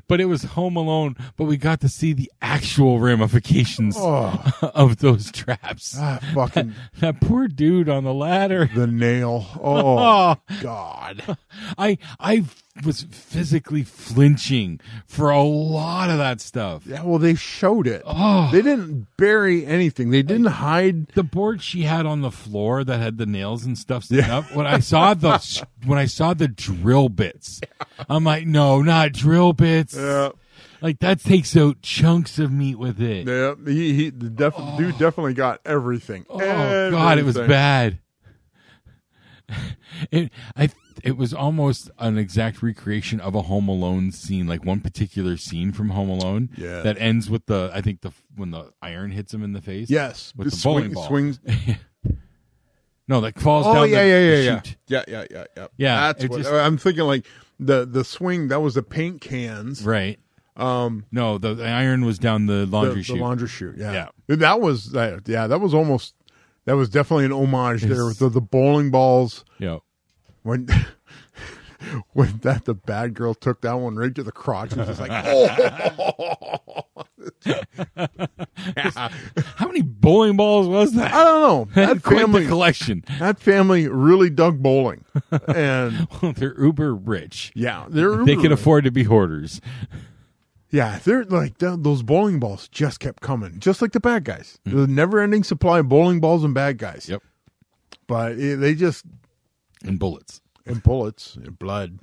Speaker 5: but it was Home Alone. But we got to see the actual ramifications of those traps.
Speaker 7: Oh. ah, fucking
Speaker 5: that poor dude on the ladder.
Speaker 7: the nail. Oh God.
Speaker 5: I I was physically flinching for a lot of that stuff.
Speaker 7: Yeah, well they showed it.
Speaker 5: Oh.
Speaker 7: They didn't bury anything. They didn't hide
Speaker 5: The board she had on the floor that had the nails and stuff set up. When I saw the when I saw the drill bits, I'm like, no, not drill bits. Like that takes out chunks of meat with it.
Speaker 7: Yeah, he, he the def- dude definitely got everything.
Speaker 5: Oh God, it was bad. It I it was almost an exact recreation of a Home Alone scene, like one particular scene from Home Alone.
Speaker 7: Yeah.
Speaker 5: That ends with the I think the when the iron hits him in the face.
Speaker 7: Yes,
Speaker 5: With the
Speaker 7: swing-
Speaker 5: bowling ball.
Speaker 7: swings.
Speaker 5: No, that falls
Speaker 7: Oh
Speaker 5: down.
Speaker 7: yeah,
Speaker 5: the,
Speaker 7: yeah,
Speaker 5: the
Speaker 7: yeah, yeah,
Speaker 5: chute.
Speaker 7: yeah, yeah, yeah, yeah.
Speaker 5: Yeah,
Speaker 7: That's
Speaker 5: it
Speaker 7: what
Speaker 5: just-
Speaker 7: I'm thinking. Like the the swing that was the paint cans.
Speaker 5: Right. Um. No, the, the iron was down the
Speaker 7: the,
Speaker 5: laundry
Speaker 7: the
Speaker 5: chute.
Speaker 7: laundry chute. Yeah.
Speaker 5: Yeah.
Speaker 7: that was that. Yeah, that was almost. That was definitely an homage there with the, the bowling balls
Speaker 5: yeah.
Speaker 7: when. When that the bad girl took that one right to the crotch, it was just like, oh,
Speaker 5: How many bowling balls was that?
Speaker 7: I don't know. That
Speaker 5: Quite
Speaker 7: family,
Speaker 5: the collection.
Speaker 7: that family really dug bowling, and
Speaker 5: They're uber rich.
Speaker 7: yeah, they're
Speaker 5: They can afford to be hoarders.
Speaker 7: Yeah, they're like th- those bowling balls just kept coming, just like the bad guys. The never-ending supply of bowling balls and bad guys.
Speaker 5: Hmm. Yep.
Speaker 7: But it, they just
Speaker 5: And bullets.
Speaker 7: and bullets and blood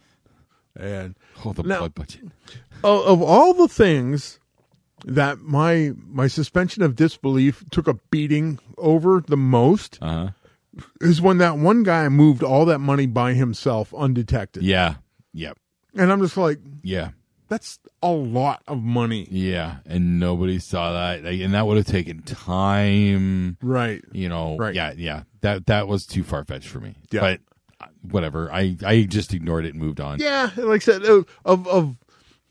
Speaker 7: and
Speaker 5: Oh, the
Speaker 7: Now-
Speaker 5: blood budget.
Speaker 7: of, of all the things that my my suspension of disbelief took a beating over the most
Speaker 5: Uh-huh.
Speaker 7: is when that one guy moved all that money by himself undetected.
Speaker 5: Yeah. Yep.
Speaker 7: And I'm just like,
Speaker 5: Yeah.
Speaker 7: that's a lot of money.
Speaker 5: Yeah. And nobody saw that. Like, and that would have taken time.
Speaker 7: Right.
Speaker 5: You know.
Speaker 7: Right.
Speaker 5: Yeah. Yeah. That that was too far fetched for me.
Speaker 7: Yeah.
Speaker 5: But uh, whatever. I I just ignored it and moved on.
Speaker 7: Yeah, like I said, of of, of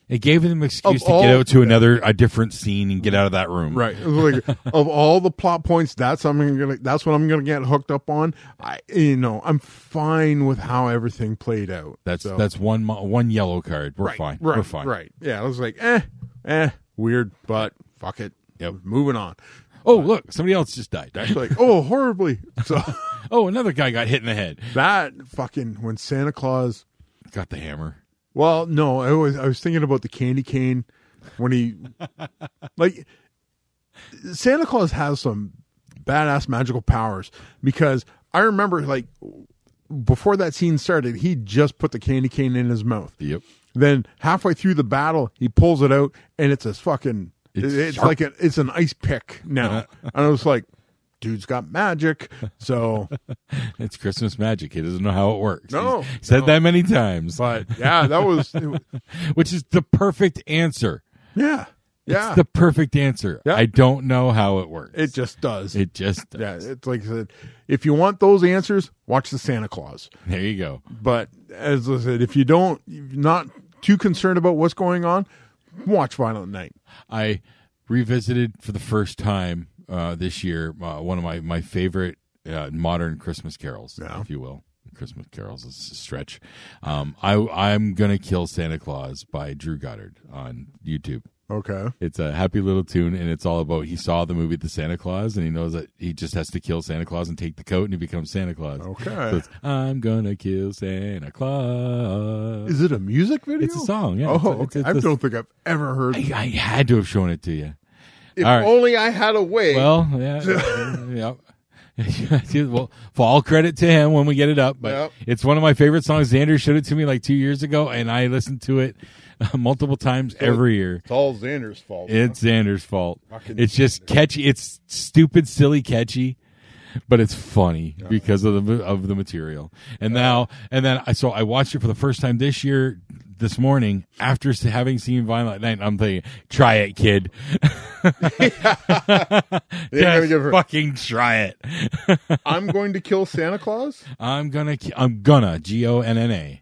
Speaker 5: It gave them an excuse
Speaker 7: Of
Speaker 5: to get
Speaker 7: all-
Speaker 5: out to another a different scene and get out of that room.
Speaker 7: Right. It was like, of all the plot points, that's I'm gonna that's what I'm gonna get hooked up on. I you know, I'm fine with how everything played out.
Speaker 5: That's
Speaker 7: So-
Speaker 5: that's one mo- one yellow card. We're
Speaker 7: right,
Speaker 5: fine.
Speaker 7: Right,
Speaker 5: We're fine.
Speaker 7: Right. Yeah. I was like, eh, eh, weird, but fuck it.
Speaker 5: Yep.
Speaker 7: Moving on.
Speaker 5: Oh look, somebody else just died.
Speaker 7: It's like, oh horribly. So
Speaker 5: Oh, another guy got hit in the head.
Speaker 7: that fucking when Santa Claus
Speaker 5: Got the hammer.
Speaker 7: Well, no, I was I was thinking about the candy cane when he like Santa Claus has some badass magical powers because I remember like before that scene started, he just put the candy cane in his mouth.
Speaker 5: Yep.
Speaker 7: Then halfway through the battle, he pulls it out and it's a fucking
Speaker 5: It's
Speaker 7: it's,
Speaker 5: sharp.
Speaker 7: like a, it's an ice pick now. and I was like, dude's got magic. So
Speaker 5: It's Christmas magic. He doesn't know how it works.
Speaker 7: No,
Speaker 5: He's said that many times.
Speaker 7: but yeah, that was
Speaker 5: which is the perfect answer.
Speaker 7: yeah. Yeah.
Speaker 5: It's the perfect answer.
Speaker 7: Yeah.
Speaker 5: I don't know how it works.
Speaker 7: it just does.
Speaker 5: it just does.
Speaker 7: yeah, it's like I said, if you want those answers, watch the Santa Claus.
Speaker 5: There you go.
Speaker 7: But as I said, if you don't, you're not too concerned about what's going on, watch Violent Night.
Speaker 5: I revisited for the first time uh, this year uh, one of my my favorite uh, modern Christmas carols,
Speaker 7: Yeah.
Speaker 5: if you will. Christmas carols is a stretch. Um, I I'm gonna kill Santa Claus by Drew Goddard on YouTube.
Speaker 7: Okay.
Speaker 5: It's a happy little tune, and it's all about he saw the movie The Santa Claus, and he knows that he just has to kill Santa Claus and take the coat, and he becomes Santa Claus.
Speaker 7: Okay.
Speaker 5: So it's, I'm gonna kill Santa Claus.
Speaker 7: Is it a music video?
Speaker 5: It's a song, yeah.
Speaker 7: Oh,
Speaker 5: It's a-
Speaker 7: okay.
Speaker 5: it's- it's
Speaker 7: I
Speaker 5: a-
Speaker 7: don't think I've ever heard.
Speaker 5: I, I had to have shown it to you.
Speaker 7: if
Speaker 5: all right.
Speaker 7: only I had a way.
Speaker 5: Well, yeah, yeah. well, for all credit to him when we get it up, but
Speaker 7: Yep.
Speaker 5: it's one of my favorite songs. Xander showed it to me like two years ago, and I listen to it uh, multiple times every year.
Speaker 7: it's all Xander's fault.
Speaker 5: It's Xander's fault.
Speaker 7: Fucking
Speaker 5: It's just catchy. It's stupid, silly, catchy, but it's funny because of the of the material. And now and then, I so I watched it for the first time this year, this morning after s- having seen Violent Night. and I'm thinking, try it, kid.
Speaker 7: gotta
Speaker 5: Just
Speaker 7: give her-
Speaker 5: fucking try it.
Speaker 7: I'm going to kill Santa Claus.
Speaker 5: I'm gonna. ki- I'm gonna. G O N N A.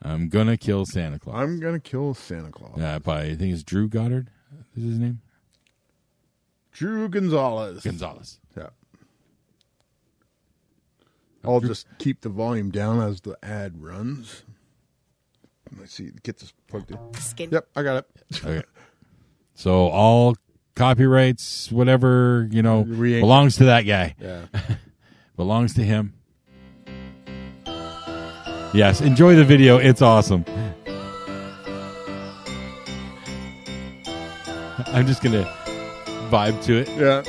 Speaker 5: I'm gonna kill Santa Claus.
Speaker 7: I'm going to kill Santa Claus.
Speaker 5: Uh, by I think it's Drew Goddard. Is his name
Speaker 7: Drew Gonzalez.
Speaker 5: Gonzalez?
Speaker 7: Yeah. I'll just keep the volume down as the ad runs. Let's see, get this plugged in.
Speaker 8: Skin.
Speaker 7: Yep, I got it.
Speaker 5: Okay. So all copyrights, whatever you know,
Speaker 7: We ain't-
Speaker 5: belongs to that guy.
Speaker 7: Yeah.
Speaker 5: Belongs to him. Yes, enjoy the video. It's awesome. I'm just gonna vibe to it.
Speaker 7: Yeah.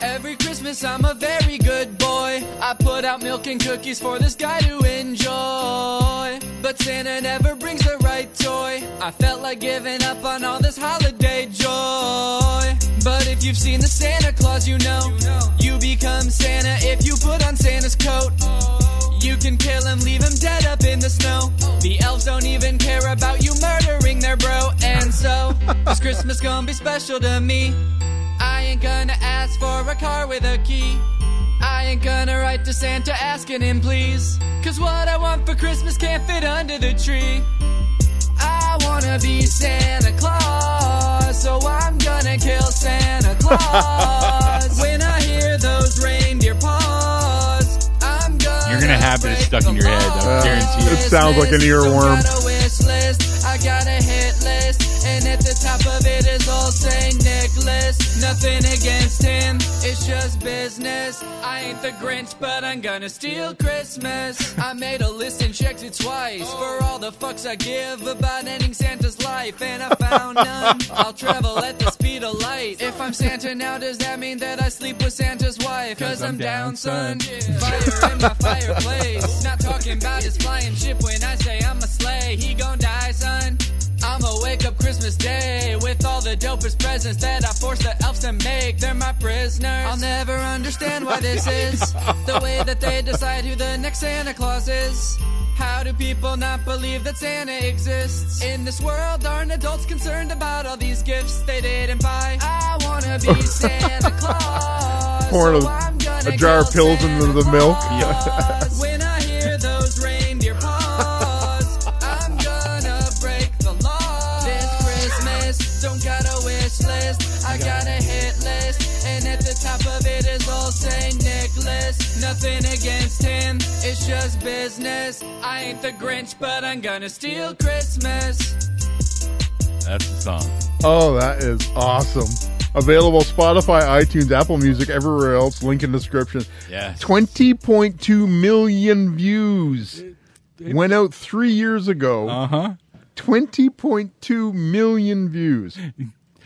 Speaker 9: Every Christmas I'm a very good boy. I put out milk and cookies for this guy to enjoy. But Santa never brings the right toy. I felt like giving up on all this holiday joy. But if you've seen the Santa Claus, you know you become Santa if you put on Santa's coat. You can kill him, leave him dead up in the snow. The elves don't even care about you murdering their bro. And so, this Christmas gonna be special to me. I ain't gonna ask for a car with a key. I ain't gonna write to Santa asking him please. Cause what I want for Christmas can't fit under the tree. I wanna be Santa Claus, so I'm gonna kill Santa Claus. when I hear those reindeer paws, I'm gonna.
Speaker 5: You're gonna have this
Speaker 9: break
Speaker 5: stuck in
Speaker 9: the
Speaker 5: your head, I
Speaker 9: law.
Speaker 5: guarantee
Speaker 7: it. It sounds like an earworm.
Speaker 9: Got a wish list, I got a hit list, and at the top of it is old Saint Nicholas. Nothing against him, it's just business. I ain't the Grinch, but I'm gonna steal Christmas. I made a list and checked it twice for all the fucks I give about ending Santa's life, and I found none. I'll travel at the speed of light. If I'm Santa now, does that mean that I sleep with Santa's wife? Cause I'm down, son. Fire in my fireplace. Not talking about his flying ship when I say I'm a slay. He gon' die, son. I'ma wake up Christmas Day with all the dopest presents that I force the elves to make. They're my prisoners. I'll never understand why this is the way that they decide who the next Santa Claus is. How do people not believe that Santa exists? In this world, aren't adults concerned about all these gifts they didn't buy? I wanna be Santa Claus.
Speaker 7: Pouring
Speaker 9: so
Speaker 7: a-
Speaker 9: I'm gonna
Speaker 7: a jar of
Speaker 9: kill
Speaker 7: pills
Speaker 9: Santa
Speaker 7: into the milk.
Speaker 9: Claus. when I hear those reindeer paws, I'm gonna break the law. This Christmas, don't got a wish list, I got a hit list, and at the top of it is old Saint Nicholas. Nothing against him, it's just business. I ain't the Grinch, but I'm gonna steal Christmas.
Speaker 5: That's the song.
Speaker 7: Oh, that is awesome. Available Spotify, iTunes, Apple Music, everywhere else. Link in description.
Speaker 5: Yes.
Speaker 7: 20.2 million views. Went out three years ago.
Speaker 5: Uh huh.
Speaker 7: 20.2 million views.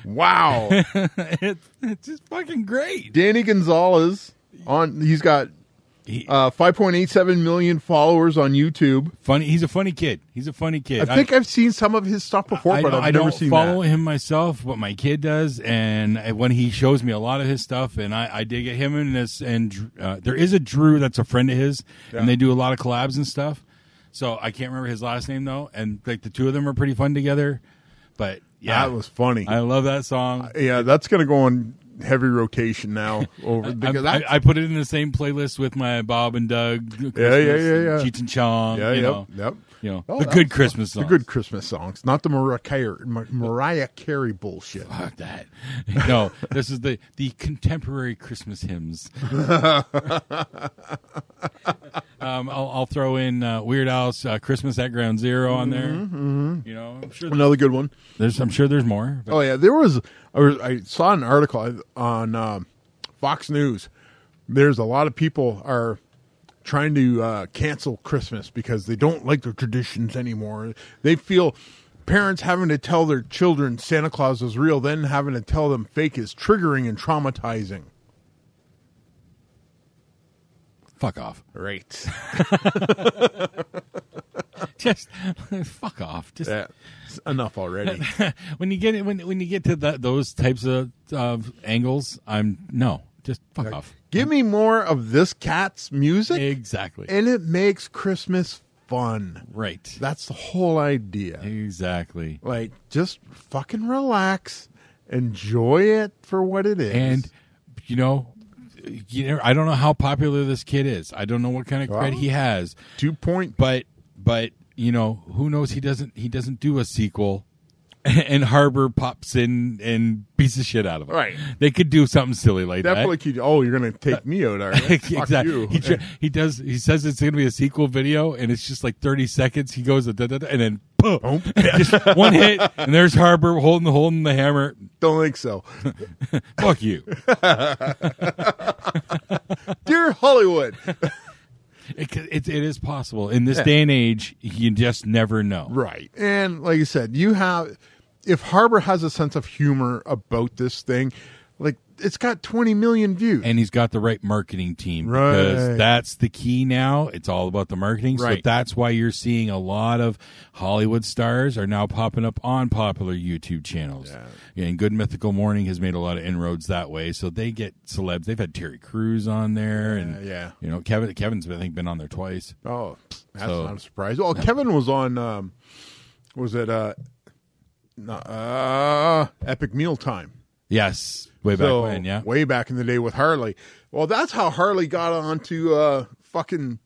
Speaker 7: Wow.
Speaker 5: it's, it's just fucking great.
Speaker 7: Danny Gonzalez on he's got
Speaker 5: He-
Speaker 7: uh, 5.87 million followers on YouTube.
Speaker 5: funny. He's a funny kid. He's a funny kid.
Speaker 7: I think I've seen some of his stuff before,
Speaker 5: I,
Speaker 7: but
Speaker 5: don't-
Speaker 7: I've
Speaker 5: I
Speaker 7: never
Speaker 5: don't
Speaker 7: seen
Speaker 5: follow
Speaker 7: that.
Speaker 5: him myself, but my kid does, and I- when he shows me a lot of his stuff, and I, I dig at him and this, and uh, there is a Drew that's a friend of his, and they do a lot of collabs and stuff. So I can't remember his last name though, and like the two of them are pretty fun together. But yeah,
Speaker 7: That was funny.
Speaker 5: I love that song.
Speaker 7: yeah, that's gonna go on heavy rotation now. Over
Speaker 5: I,
Speaker 7: because
Speaker 5: I,
Speaker 7: that's-
Speaker 5: I put it in the same playlist with my Bob and Doug, Christmas,
Speaker 7: yeah, yeah, yeah.
Speaker 5: Cheech and Chong,
Speaker 7: yeah,
Speaker 5: you
Speaker 7: yep,
Speaker 5: know,
Speaker 7: yep.
Speaker 5: you know,
Speaker 7: Oh,
Speaker 5: the
Speaker 7: that
Speaker 5: good
Speaker 7: was-
Speaker 5: Christmas
Speaker 7: The
Speaker 5: songs.
Speaker 7: good Christmas songs, not the Mariah Carey, Mar- Mariah Carey bullshit.
Speaker 5: Fuck that. No, this is the the contemporary Christmas hymns. um, I'll, I'll throw in uh, Weird Al's uh, "Christmas at Ground Zero on there.
Speaker 7: Mm-hmm,
Speaker 5: You know, I'm sure
Speaker 7: Another good one.
Speaker 5: there's I'm sure there's more. but-
Speaker 7: Oh yeah, there was. I, was, I saw an article on um, Fox News. There's a lot of people are trying to uh, cancel Christmas because they don't like their traditions anymore. They feel parents having to tell their children Santa Claus is real, then having to tell them fake is triggering and traumatizing.
Speaker 5: Fuck off.
Speaker 7: Right.
Speaker 5: Just fuck off. Just
Speaker 7: Yeah. It's enough already.
Speaker 5: when you get it when when you get to that those types of of angles, I'm no. Just fuck off.
Speaker 7: Give me more of this cat's music,
Speaker 5: Exactly.
Speaker 7: and it makes Christmas fun.
Speaker 5: right.
Speaker 7: That's the whole idea.
Speaker 5: Exactly.
Speaker 7: Like, just fucking relax, enjoy it for what it is.
Speaker 5: and you know, you know, I don't know how popular this kid is. I don't know what kind of cred
Speaker 7: Well-
Speaker 5: he has,
Speaker 7: two point,
Speaker 5: but but you know, who knows? He doesn't he doesn't do a sequel, and Harbor pops in and beats the shit out of him.
Speaker 7: Right.
Speaker 5: They could do something silly like
Speaker 7: definitely.
Speaker 5: that.
Speaker 7: keep- oh, you're gonna take me out, are you? Fuck you.
Speaker 5: He, tr- he does. He says it's going to be a sequel video, and it's just like thirty seconds. He goes da, da, da, and then boom, just one hit, and there's Harbor holding holding the hammer.
Speaker 7: Don't think so,
Speaker 5: Fuck you.
Speaker 7: dear Hollywood.
Speaker 5: It, c- it, it is possible in this day and age. You just never know.
Speaker 7: right, and like you said, you have. If Harbor has a sense of humor about this thing, like it's got 20 million views.
Speaker 5: And he's got the right marketing team
Speaker 7: Right.
Speaker 5: because that's the key now. It's all about the marketing. So
Speaker 7: Right.
Speaker 5: that's why you're seeing a lot of Hollywood stars are now popping up on popular YouTube channels. And Good Mythical Morning has made a lot of inroads that way. So they get celebs. They've had Terry Crews on there, and
Speaker 7: yeah.
Speaker 5: you know Kevin. Kevin's I think been on there twice.
Speaker 7: Oh, that's
Speaker 5: So-
Speaker 7: not a surprise. Well, Kevin was on. Um, was it uh, no- uh, Epic Meal Time?
Speaker 5: Yes, way
Speaker 7: So,
Speaker 5: back when. Yeah,
Speaker 7: way back in the day with Harley. Well, that's how Harley got onto uh, fucking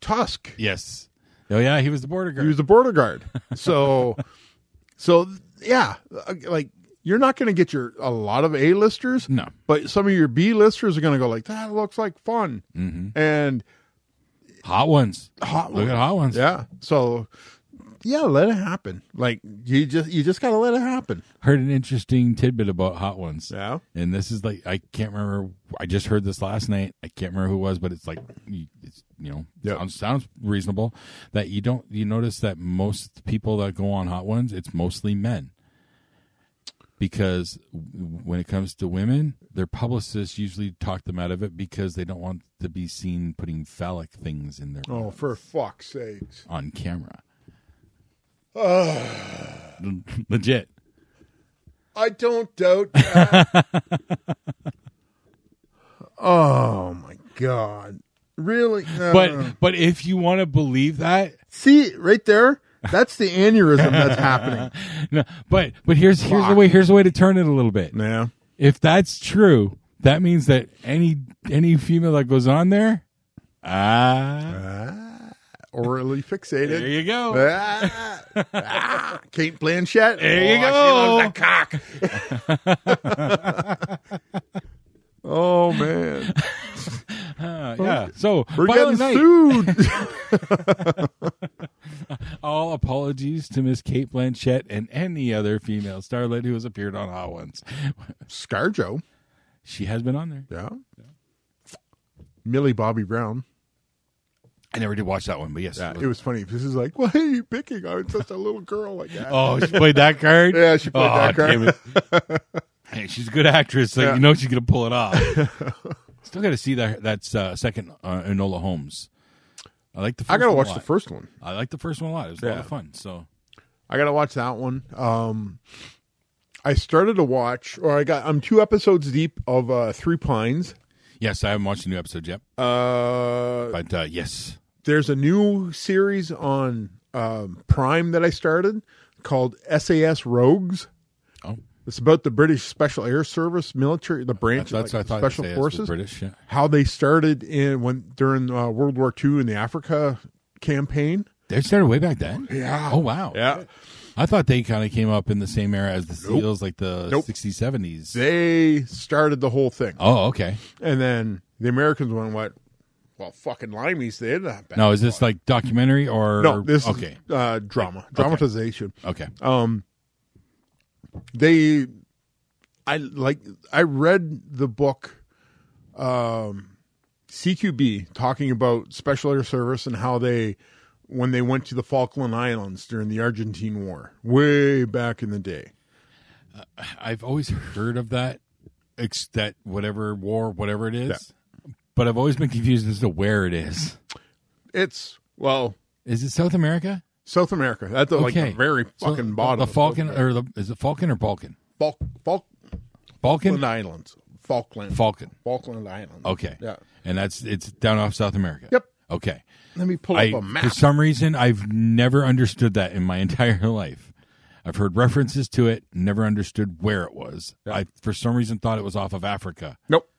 Speaker 7: Tusk.
Speaker 5: yes. Oh yeah, he was the border guard.
Speaker 7: He was the border guard. So, so yeah, uh, like you're not going to get your a lot of A listers.
Speaker 5: No.
Speaker 7: but some of your B listers are going to go like that. Looks like fun, and
Speaker 5: hot ones.
Speaker 7: hot
Speaker 5: Look at Mm-hmm. hot ones.
Speaker 7: Yeah. So yeah, let it happen. Like you just you just gotta let it happen.
Speaker 5: heard an interesting tidbit about hot ones.
Speaker 7: Yeah.
Speaker 5: And this is like I can't remember. I just heard this last night. I can't remember who it was, but it's like you- it's you know
Speaker 7: Yeah.
Speaker 5: sounds sounds reasonable that you don't you notice that most people that go on hot ones it's mostly men because w- when it comes to women their publicists usually talk them out of it because they don't want to be seen putting phallic things in their
Speaker 7: Oh, for fuck's sakes.
Speaker 5: on camera. Legit.
Speaker 7: I don't doubt that. oh my god. Really? No.
Speaker 5: But but if you want to believe that,
Speaker 7: see right there? That's the aneurysm that's happening.
Speaker 5: No, but but here's here's the way here's the way to turn it a little bit.
Speaker 7: Yeah.
Speaker 5: If that's true, that means that any any female that goes on there, ah,
Speaker 7: Orally fixated.
Speaker 5: there you go.
Speaker 7: Ah, ah, Kate Blanchett.
Speaker 5: There you
Speaker 7: Oh,
Speaker 5: go.
Speaker 7: she loves that cock. oh man,
Speaker 5: Uh, yeah. So
Speaker 7: we're
Speaker 5: Violent
Speaker 7: getting
Speaker 5: Night,
Speaker 7: sued.
Speaker 5: all apologies to Miss Kate Blanchett and any other female starlet who has appeared on Hot Ones.
Speaker 7: ScarJo.
Speaker 5: She has been on there.
Speaker 7: Yeah. Millie Bobby Brown.
Speaker 5: I never did watch that one, but yes.
Speaker 7: It was funny. This is like, why are you picking on such a little girl like that?
Speaker 5: oh, she played that card.
Speaker 7: Yeah, she played that card.
Speaker 5: damn it. hey, she's a good actress, so
Speaker 7: Yeah.
Speaker 5: you know she's gonna pull it off. Still got to see that. That's uh, second uh, Enola Holmes. I like the. First
Speaker 7: I gotta
Speaker 5: one a
Speaker 7: watch
Speaker 5: lot.
Speaker 7: the first one.
Speaker 5: I like the first one a lot. It was a lot
Speaker 7: Yeah.
Speaker 5: of fun. So
Speaker 7: I gotta watch that one. Um, I started to watch, or I got. I'm two episodes deep of uh, Three Pines.
Speaker 5: yes, I haven't watched the new episode yet,
Speaker 7: Uh,
Speaker 5: but uh, yes,
Speaker 7: there's a new series on um, Prime that I started called SAS Rogues.
Speaker 5: Oh.
Speaker 7: It's about the British Special Air Service military, the branch
Speaker 5: That's
Speaker 7: like,
Speaker 5: what I thought.
Speaker 7: Special
Speaker 5: SAS were
Speaker 7: Forces,
Speaker 5: British, yeah.
Speaker 7: how they started in when during uh, World War II in the Africa campaign.
Speaker 5: They started way back then.
Speaker 7: Yeah.
Speaker 5: Oh wow.
Speaker 7: Yeah,
Speaker 5: I thought they kind of came up in the same era as the
Speaker 7: Nope.
Speaker 5: Seals, like the
Speaker 7: Nope.
Speaker 5: 60s, 70s.
Speaker 7: they started the whole thing,
Speaker 5: oh, okay.
Speaker 7: and then the Americans went what? Well, fucking limeys did.
Speaker 5: Now, is this like documentary or
Speaker 7: no? This
Speaker 5: okay?
Speaker 7: is uh, drama, dramatization.
Speaker 5: Okay.
Speaker 7: um they i like i read the book um cqb talking about special air service and how they when they went to the falkland islands during the argentine war way back in the day
Speaker 5: I've always heard of that, ex- that whatever war, whatever it is, but I've always been confused as to where it is.
Speaker 7: it's well
Speaker 5: Is it South America?
Speaker 7: south america that's like
Speaker 5: Okay,
Speaker 7: the very
Speaker 5: So
Speaker 7: fucking
Speaker 5: the-
Speaker 7: bottom
Speaker 5: The
Speaker 7: of
Speaker 5: Falcon
Speaker 7: South
Speaker 5: or the is it Falcon or Balkan?
Speaker 7: America. Falk-
Speaker 5: Balkan.
Speaker 7: falkland islands falkland
Speaker 5: Falcon.
Speaker 7: falkland islands
Speaker 5: Okay.
Speaker 7: yeah
Speaker 5: And that's it's down off South America.
Speaker 7: Yep.
Speaker 5: Okay.
Speaker 7: let me pull
Speaker 5: I,
Speaker 7: up a map
Speaker 5: for some reason, I've never understood that in my entire life. I've heard references to it, never understood where it was. I, for some reason, thought it was off of Africa,
Speaker 7: nope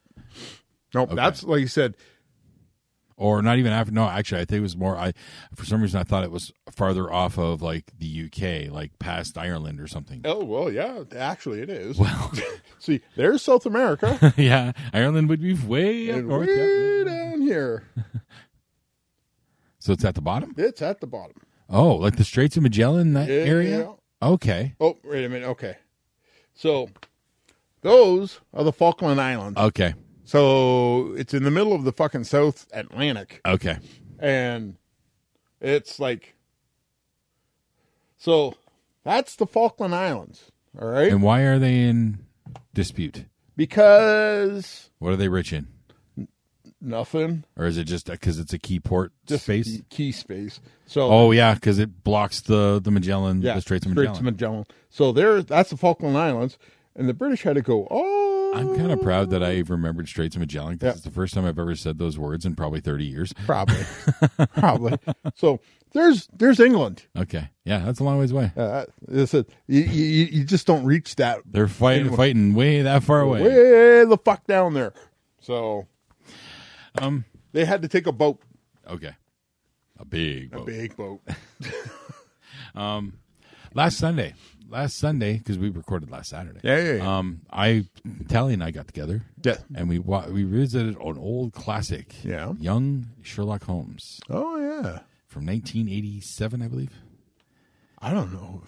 Speaker 7: nope that's like you said
Speaker 5: or not even Africa. No, actually, I think it was more. I, for some reason, I thought it was farther off of like the UK, like past Ireland or something.
Speaker 7: Oh well, yeah. Actually, it is. Well, see, there's South America,
Speaker 5: yeah, Ireland would be way up
Speaker 7: and
Speaker 5: north. yeah.
Speaker 7: way down here,
Speaker 5: So it's at the bottom.
Speaker 7: it's at the bottom.
Speaker 5: Oh, like the Straits of Magellan that
Speaker 7: Yeah.
Speaker 5: area. Okay.
Speaker 7: Oh, wait a minute. Okay, so those are the Falkland Islands.
Speaker 5: Okay.
Speaker 7: so it's in the middle of the fucking South Atlantic,
Speaker 5: Okay.
Speaker 7: and it's like, so that's the Falkland Islands. All right,
Speaker 5: And why are they in dispute?
Speaker 7: because
Speaker 5: What are they rich in?
Speaker 7: nothing,
Speaker 5: or is it just because it's a key port
Speaker 7: just
Speaker 5: space?
Speaker 7: key, key space. So
Speaker 5: Oh yeah, because it blocks the the Magellan,
Speaker 7: yeah,
Speaker 5: the Straits of Magellan.
Speaker 7: So there, that's the Falkland Islands, and the British had to go. Oh,
Speaker 5: I'm kind of proud that I remembered Straits of Magellan. 'cause
Speaker 7: Yeah.
Speaker 5: It's the first time I've ever said those words in probably 30 years.
Speaker 7: probably, probably. So there's there's England.
Speaker 5: Okay, yeah, that's a long ways away.
Speaker 7: Uh, it's a, you, you, you just don't reach that
Speaker 5: They're fighting, fighting way that far away.
Speaker 7: way the fuck down there. So
Speaker 5: Um,
Speaker 7: they had to take a boat,
Speaker 5: okay, a big boat.
Speaker 7: big boat.
Speaker 5: Last Sunday, last Sunday, because we recorded last Saturday.
Speaker 7: Yeah, yeah, yeah.
Speaker 5: Um, I Tally and I got together.
Speaker 7: Yeah.
Speaker 5: and we wa- we revisited an old classic.
Speaker 7: Yeah.
Speaker 5: young Sherlock Holmes
Speaker 7: Oh yeah,
Speaker 5: from 1987, I believe.
Speaker 7: I don't know.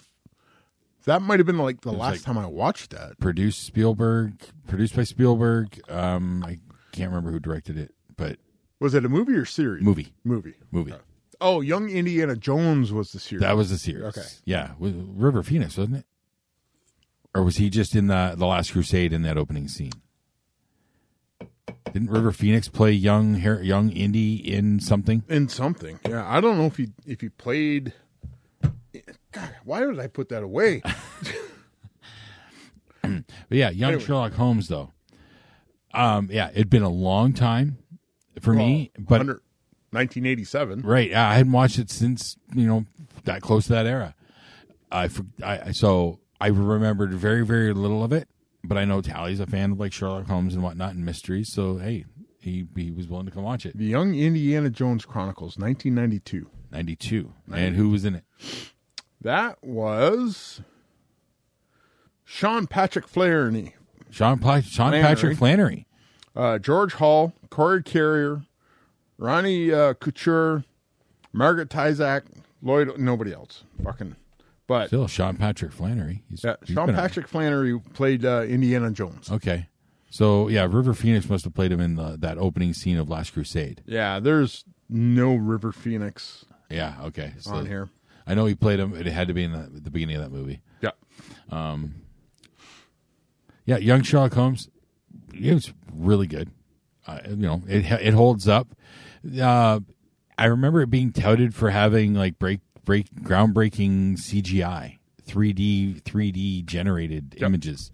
Speaker 7: That might have been like the last
Speaker 5: like-
Speaker 7: time I watched that.
Speaker 5: produced Spielberg, produced by Spielberg. Um, I can't remember who directed it, but
Speaker 7: Was it a movie or series?
Speaker 5: movie,
Speaker 7: Movie.
Speaker 5: movie.
Speaker 7: Oh, Young Indiana Jones was the series.
Speaker 5: That was the series.
Speaker 7: Okay.
Speaker 5: Yeah, with River Phoenix, wasn't it? Or was he just in the the Last Crusade in that opening scene? Didn't River Phoenix play young Har- young Indy in something?
Speaker 7: in something. Yeah, I don't know if he if he played. God, why did I put that away?
Speaker 5: But yeah, young
Speaker 7: Anyway.
Speaker 5: Sherlock Holmes though. Um, yeah, it'd been a long time for me, but
Speaker 7: 100 1987.
Speaker 5: Right. Yeah, I hadn't watched it since you know that close to that era. I, for- I I- so I remembered very very little of it, but I know Tally's a fan of like Sherlock Holmes and whatnot and mysteries. So hey, he he was willing to come watch it.
Speaker 7: The Young Indiana Jones Chronicles, 1992.
Speaker 5: Ninety two, and who was in it?
Speaker 7: That was Sean Patrick Flaherty,
Speaker 5: Sean Pla- Sean
Speaker 7: Flannery.
Speaker 5: Patrick Flannery.
Speaker 7: uh, George Hall, Corey Carrier, Ronnie uh, Couture, Margaret Tizak, Lloyd. Nobody else. Fucking. But
Speaker 5: Still Sean Patrick Flannery. He's,
Speaker 7: yeah,
Speaker 5: he's
Speaker 7: Sean
Speaker 5: been around.
Speaker 7: Patrick Flannery played uh, Indiana Jones.
Speaker 5: Okay. So yeah, River Phoenix must have played him in the, that opening scene of Last Crusade.
Speaker 7: Yeah, there's no River Phoenix
Speaker 5: Yeah. Okay. So
Speaker 7: on here.
Speaker 5: I know he played him. It had to be in the, the beginning of that movie.
Speaker 7: Yeah.
Speaker 5: Yeah, Young Sherlock Holmes, it was really good. Uh, you know, it it holds up. Uh, I remember it being touted for having like break break groundbreaking CGI, three D three D generated images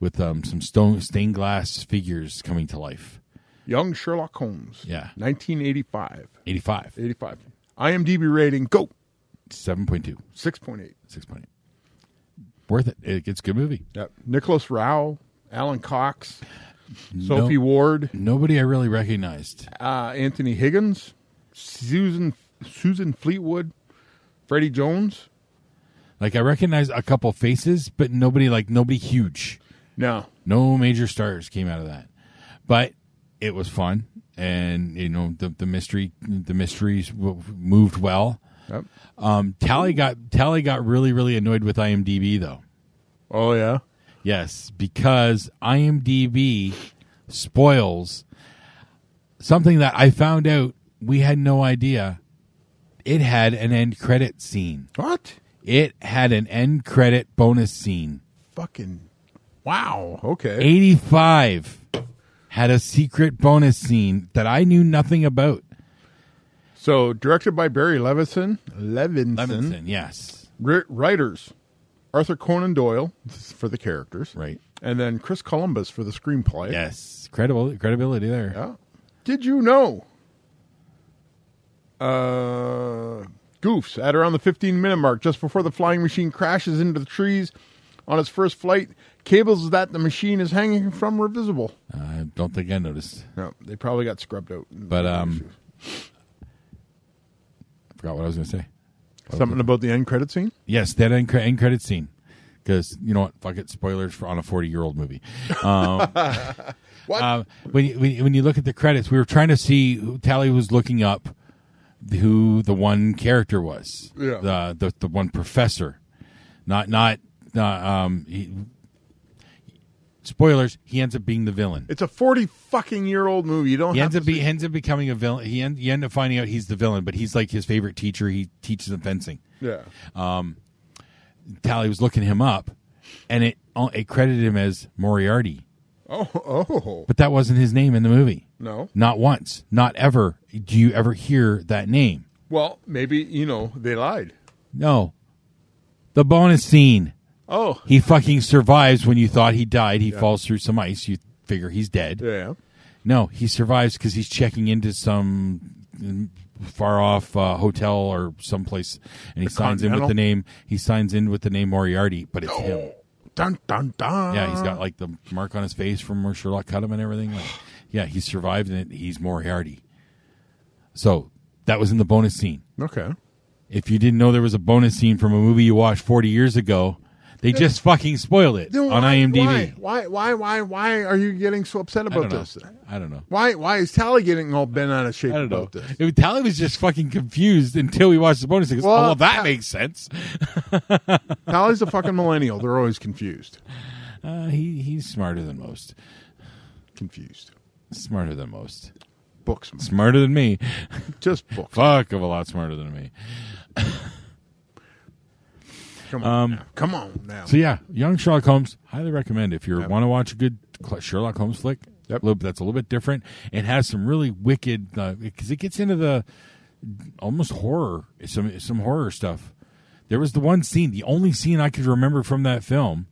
Speaker 5: with um, some stone stained glass figures coming to life.
Speaker 7: Young Sherlock Holmes.
Speaker 5: Yeah.
Speaker 7: 1985.
Speaker 5: 85,
Speaker 7: 85. IMDb rating, go.
Speaker 5: 7.2,
Speaker 7: 6.8.
Speaker 5: 6.8. worth it. it it's a good movie.
Speaker 7: Yep. Nicholas Rao, Alan Cox, Sophie
Speaker 5: No-
Speaker 7: Ward,
Speaker 5: Nobody I really recognized.
Speaker 7: uh, Anthony Higgins, Susan Susan Fleetwood, Freddie Jones.
Speaker 5: Like I recognize a couple faces, but nobody like nobody huge.
Speaker 7: No,
Speaker 5: No major stars came out of that, but it was fun, and you know the the mystery the mysteries w- moved well.
Speaker 7: Yep.
Speaker 5: Um, Tally got Tally got really really annoyed with IMDb though.
Speaker 7: Oh yeah.
Speaker 5: Yes, because IMDb spoils something that I found out we had no idea. It had an end credit scene.
Speaker 7: What?
Speaker 5: It had an end credit bonus scene.
Speaker 7: Fucking. Wow. Okay.
Speaker 5: 85 had a secret bonus scene that I knew nothing about.
Speaker 7: So directed by Barry Levinson. Levinson.
Speaker 5: Levinson, yes.
Speaker 7: Wri- writers Arthur Conan Doyle this is for the characters,
Speaker 5: Right.
Speaker 7: and then Chris Columbus for the screenplay.
Speaker 5: Yes. Credible credibility there.
Speaker 7: Yeah. Did you know? Uh, goofs at around the 15 minute mark, just before the flying machine crashes into the trees on its first flight, cables that the machine is hanging from were visible.
Speaker 5: Uh, I don't think I noticed.
Speaker 7: No, they probably got scrubbed out.
Speaker 5: But um I forgot what I was going to say.
Speaker 7: something about the end credit scene.
Speaker 5: Yes, that end, cre- end credit scene. Because you know what? Fuck it. Spoilers for on a forty-year-old movie. Um,
Speaker 7: What?
Speaker 5: um, when, you, when you- when you look at the credits, we were trying to see who Tally was looking up who the one character was.
Speaker 7: Yeah.
Speaker 5: The the, the one professor, not not uh, um. He, spoilers. He ends up being the villain.
Speaker 7: It's a 40 fucking year old movie. You don't
Speaker 5: He ends
Speaker 7: have to
Speaker 5: up be,
Speaker 7: see-
Speaker 5: ends up becoming a villain. He end, you end up finding out he's the villain, but he's like his favorite teacher. He teaches him fencing.
Speaker 7: Yeah.
Speaker 5: Tally was looking him up, and it uh, it credited him as Moriarty,
Speaker 7: Oh, oh.
Speaker 5: but that wasn't his name in the movie.
Speaker 7: No.
Speaker 5: Not once, not ever. Do you ever hear that name?
Speaker 7: Well, maybe, you know, they lied.
Speaker 5: No. The bonus scene.
Speaker 7: Oh.
Speaker 5: He fucking survives when you thought he died. He falls through some ice. You figure he's dead.
Speaker 7: Yeah.
Speaker 5: No, he survives because he's checking into some mm, far off uh, hotel or someplace, and he signs in with
Speaker 7: Continental?
Speaker 5: the name. He signs in with the name Moriarty, but it's him.
Speaker 7: Dun, dun, dun.
Speaker 5: Yeah, he's got like the mark on his face from where Sherlock cut him and everything. Like, yeah, he survived and it. He's Moriarty. So that was in the bonus scene.
Speaker 7: Okay.
Speaker 5: If you didn't know there was a bonus scene from a movie you watched 40 years ago, they just fucking spoiled it
Speaker 7: Then
Speaker 5: on
Speaker 7: why-
Speaker 5: IMDb.
Speaker 7: Why, why, why, why are you getting so upset
Speaker 5: I don't
Speaker 7: about
Speaker 5: know.
Speaker 7: this?
Speaker 5: I don't know.
Speaker 7: Why, why is Tally getting all bent out of shape
Speaker 5: I don't know.
Speaker 7: about this?
Speaker 5: It, Tally was just fucking confused until we watched the bonus scene. 'cause,
Speaker 7: Well,
Speaker 5: oh, well, that
Speaker 7: yeah.
Speaker 5: makes sense.
Speaker 7: Tally's a fucking millennial. They're always confused.
Speaker 5: Uh, he he's smarter than most.
Speaker 7: Confused.
Speaker 5: Smarter than most.
Speaker 7: Books, man.
Speaker 5: Smarter than me.
Speaker 7: just books.
Speaker 5: Fuck of a lot smarter than me. um,
Speaker 7: Come on, now. come on now.
Speaker 5: So yeah, Young Sherlock Holmes, highly recommend if you want to watch a good cl- Sherlock Holmes flick.
Speaker 7: Yep.
Speaker 5: little- that's a little bit different and has some really wicked because it gets into the almost horror, some some horror stuff. There was the one scene, the only scene I could remember from that film,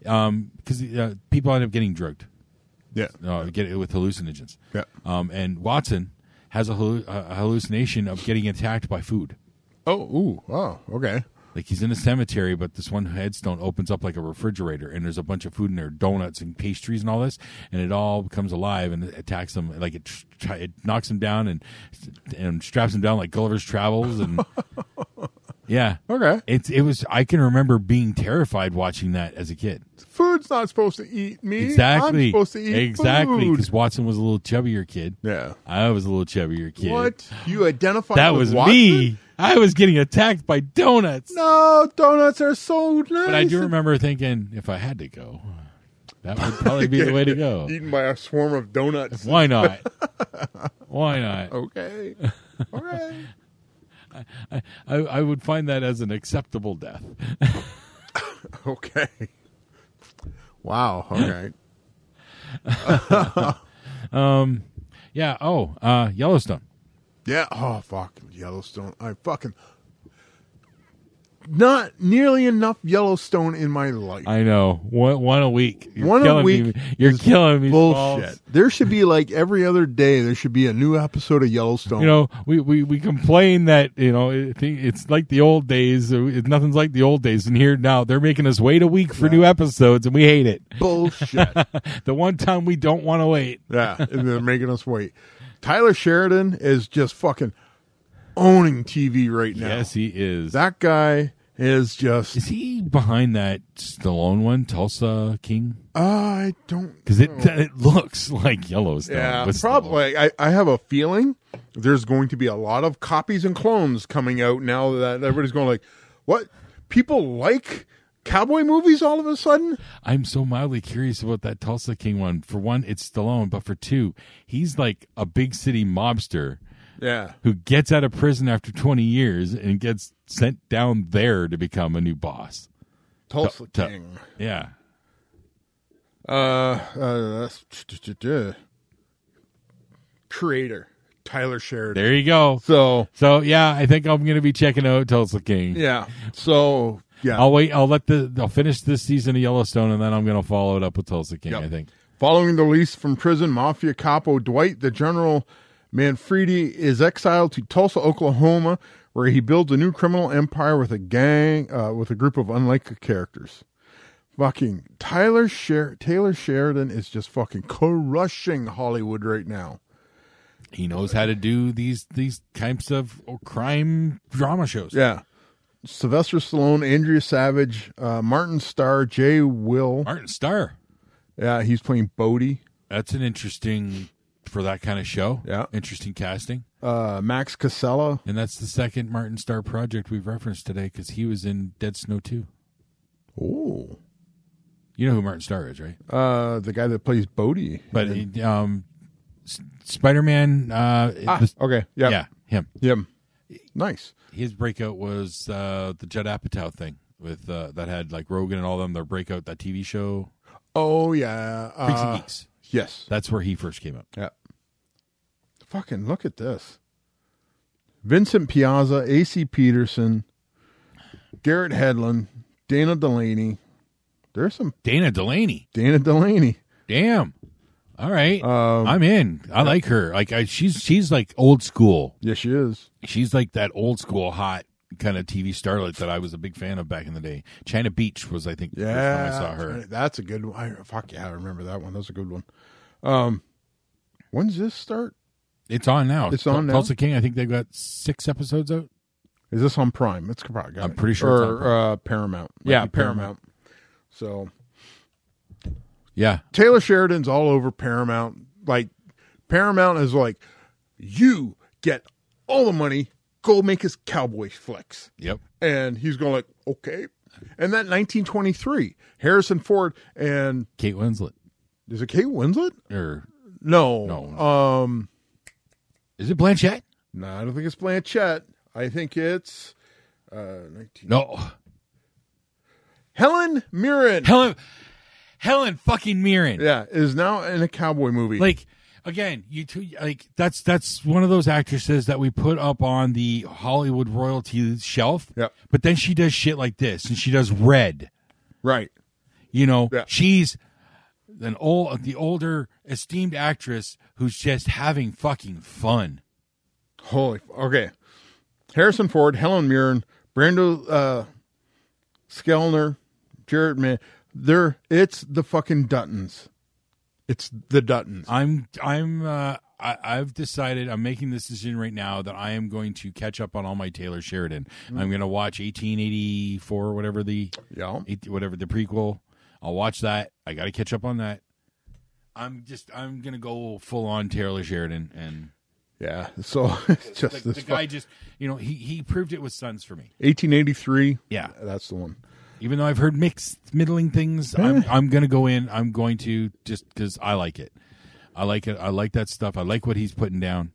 Speaker 5: because uh, people end up getting drugged,
Speaker 7: yeah,
Speaker 5: uh, get with hallucinogens.
Speaker 7: Yeah.
Speaker 5: Um, and Watson has a, hallu- a hallucination of getting attacked by food.
Speaker 7: Oh, ooh, oh, okay.
Speaker 5: Like he's in a cemetery, but this one headstone opens up like a refrigerator, and there's a bunch of food in there, donuts and pastries and all this, and it all becomes alive and it attacks him. Like it, tr- tr- it knocks him down and and straps him down like Gulliver's Travels, and yeah,
Speaker 7: Okay.
Speaker 5: It's it was I can remember being terrified watching that as a kid.
Speaker 7: Food's not supposed to eat me.
Speaker 5: Exactly,
Speaker 7: I'm supposed to eat
Speaker 5: exactly
Speaker 7: food.
Speaker 5: because Watson was a little chubbier kid.
Speaker 7: Yeah.
Speaker 5: I was a little chubbier kid.
Speaker 7: What you identify?
Speaker 5: That
Speaker 7: with
Speaker 5: was
Speaker 7: Watson?
Speaker 5: me. I was getting attacked by donuts.
Speaker 7: No, donuts are so nice.
Speaker 5: But I do remember thinking, if I had to go, that would probably be the way to go.
Speaker 7: Eaten by a swarm of donuts.
Speaker 5: Why not? Why not?
Speaker 7: Okay. Okay.
Speaker 5: I, I would find that as an acceptable death.
Speaker 7: Okay. Wow. All right.
Speaker 5: Yeah. Oh, uh, Yellowstone.
Speaker 7: Yeah. Oh fuck Yellowstone. I fucking not nearly enough Yellowstone in my life.
Speaker 5: I know. One, one a week. You're
Speaker 7: One
Speaker 5: killing
Speaker 7: a week.
Speaker 5: Me. You're
Speaker 7: is
Speaker 5: killing me. Smalls.
Speaker 7: Bullshit. There should be like every other day. There should be a new episode of Yellowstone.
Speaker 5: You know, we, we, we complain that, you know, it, it's like the old days. uh, It, nothing's like the old days. And here now, they're making us wait a week for new episodes, and we hate it.
Speaker 7: bullshit.
Speaker 5: the one time we don't want to wait.
Speaker 7: yeah, and they're making us wait. Tyler Sheridan is just fucking owning TV right now.
Speaker 5: Yes, he is.
Speaker 7: that guy is just.
Speaker 5: Is he behind that Stallone one, Tulsa King?
Speaker 7: I don't.
Speaker 5: Because it it looks like Yellowstone.
Speaker 7: Yeah,
Speaker 5: with Stallone.
Speaker 7: probably. I, I have a feeling there's going to be a lot of copies and clones coming out now that everybody's going like, what? People like cowboy movies all of a sudden?
Speaker 5: I'm so mildly curious about that Tulsa King one. For one, it's Stallone, but for two, he's like a big city mobster
Speaker 7: Yeah.
Speaker 5: who gets out of prison after 20 years and gets sent down there to become a new boss.
Speaker 7: Tulsa
Speaker 5: Tu-
Speaker 7: King.
Speaker 5: Yeah.
Speaker 7: Uh, uh, that's- creator Tyler Sheridan.
Speaker 5: There you go.
Speaker 7: So
Speaker 5: So, yeah, I think I'm going to be checking out Tulsa King.
Speaker 7: yeah. So yeah.
Speaker 5: I'll wait. I'll let the. I'll finish this season of Yellowstone, and then I'm going to follow it up with Tulsa King.
Speaker 7: Yep.
Speaker 5: I think.
Speaker 7: Following the release from prison, Mafia capo Dwight the General Manfredi is exiled to Tulsa, Oklahoma, where he builds a new criminal empire with a gang, uh, with a group of unlikely characters. Fucking Tyler Sher- Taylor Sheridan is just fucking crushing Hollywood right now.
Speaker 5: He knows how to do these these types of crime drama shows.
Speaker 7: Yeah. Sylvester Stallone, Andrea Savage, uh, Martin Starr, Jay Will.
Speaker 5: Martin Starr.
Speaker 7: Yeah, he's playing Bodie.
Speaker 5: That's an interesting for that kind of show.
Speaker 7: Yeah.
Speaker 5: Interesting casting.
Speaker 7: Uh, Max Casella.
Speaker 5: And that's the second Martin Starr project we've referenced today because he was in Dead Snow 2.
Speaker 7: Oh.
Speaker 5: You know who Martin Starr is, right?
Speaker 7: Uh, the guy that plays Bodie.
Speaker 5: But he, um, S- Spider Man. Uh, it
Speaker 7: Ah,
Speaker 5: was-
Speaker 7: okay. Yeah.
Speaker 5: Yeah, him.
Speaker 7: Yep. Nice.
Speaker 5: His breakout was uh, the Judd Apatow thing with uh, that had like Rogan and all them. Their breakout that TV show
Speaker 7: Oh yeah.
Speaker 5: Freaks
Speaker 7: Uh,
Speaker 5: and Geeks.
Speaker 7: Yes.
Speaker 5: That's where he first came up.
Speaker 7: Yeah. Fucking look at this. Vincent Piazza, AC Peterson, Garrett Hedlund, Dana Delaney. There's some
Speaker 5: Dana Delaney.
Speaker 7: Dana Delaney.
Speaker 5: Damn. All right,
Speaker 7: Um,
Speaker 5: I'm in. I like her. Like I, she's she's like old school.
Speaker 7: Yes, she is.
Speaker 5: she's like that old school hot kind of TV starlet that I was a big fan of back in the day. China Beach was, I think, the
Speaker 7: Yeah.
Speaker 5: first time I saw her.
Speaker 7: That's a good one. I- fuck yeah, I remember that one. That's a good one. Um, when's this start?
Speaker 5: It's on now.
Speaker 7: It's on now?
Speaker 5: Tulsa King. I think they've got six episodes out.
Speaker 7: Is this on Prime? It's probably. got
Speaker 5: I'm
Speaker 7: it.
Speaker 5: pretty sure it's on
Speaker 7: Or uh, Paramount. yeah, Paramount. So
Speaker 5: Yeah,
Speaker 7: Taylor Sheridan's all over Paramount. Like Paramount is like, you get all the money, go make his cowboy flicks.
Speaker 5: yep.
Speaker 7: And he's going like, okay. And that 1923, Harrison Ford and
Speaker 5: Kate Winslet, Er,
Speaker 7: is it Kate Winslet?
Speaker 5: or
Speaker 7: No,
Speaker 5: No.
Speaker 7: Um,
Speaker 5: is it Blanchett?
Speaker 7: no, I don't think it's Blanchett. I think it's uh 19.
Speaker 5: No,
Speaker 7: Helen Mirren.
Speaker 5: Helen, Helen fucking Mirren.
Speaker 7: yeah, is now in a cowboy movie.
Speaker 5: Like again, you two. Like that's that's one of those actresses that we put up on the Hollywood royalty shelf.
Speaker 7: Yep.
Speaker 5: But then she does shit like this, and she does Red.
Speaker 7: right.
Speaker 5: You know,
Speaker 7: Yeah.
Speaker 5: she's an old, the older, esteemed actress who's just having fucking fun.
Speaker 7: Holy f- okay. Harrison Ford, Helen Mirren, Brando uh, Skelner, Jared Man. They're it's the fucking Duttons. It's the Duttons.
Speaker 5: I'm, I'm, uh, I, I've decided I'm making this decision right now that I am going to catch up on all my Taylor Sheridan. I'm going to watch 1884, or whatever the,
Speaker 7: Mm. Yeah.
Speaker 5: eight- whatever the prequel. I'll watch that. I got to catch up on that. I'm just, I'm going to go full on Taylor Sheridan. And
Speaker 7: Yeah. So it's just
Speaker 5: the,
Speaker 7: this
Speaker 5: the
Speaker 7: fu-
Speaker 5: guy just, you know, he, he proved it with Sons for me.
Speaker 7: 1883.
Speaker 5: Yeah.
Speaker 7: That's the one.
Speaker 5: even though I've heard mixed middling things, I'm I'm gonna go in. I'm going to just because I like it. I like it. I like that stuff. I like what he's putting down.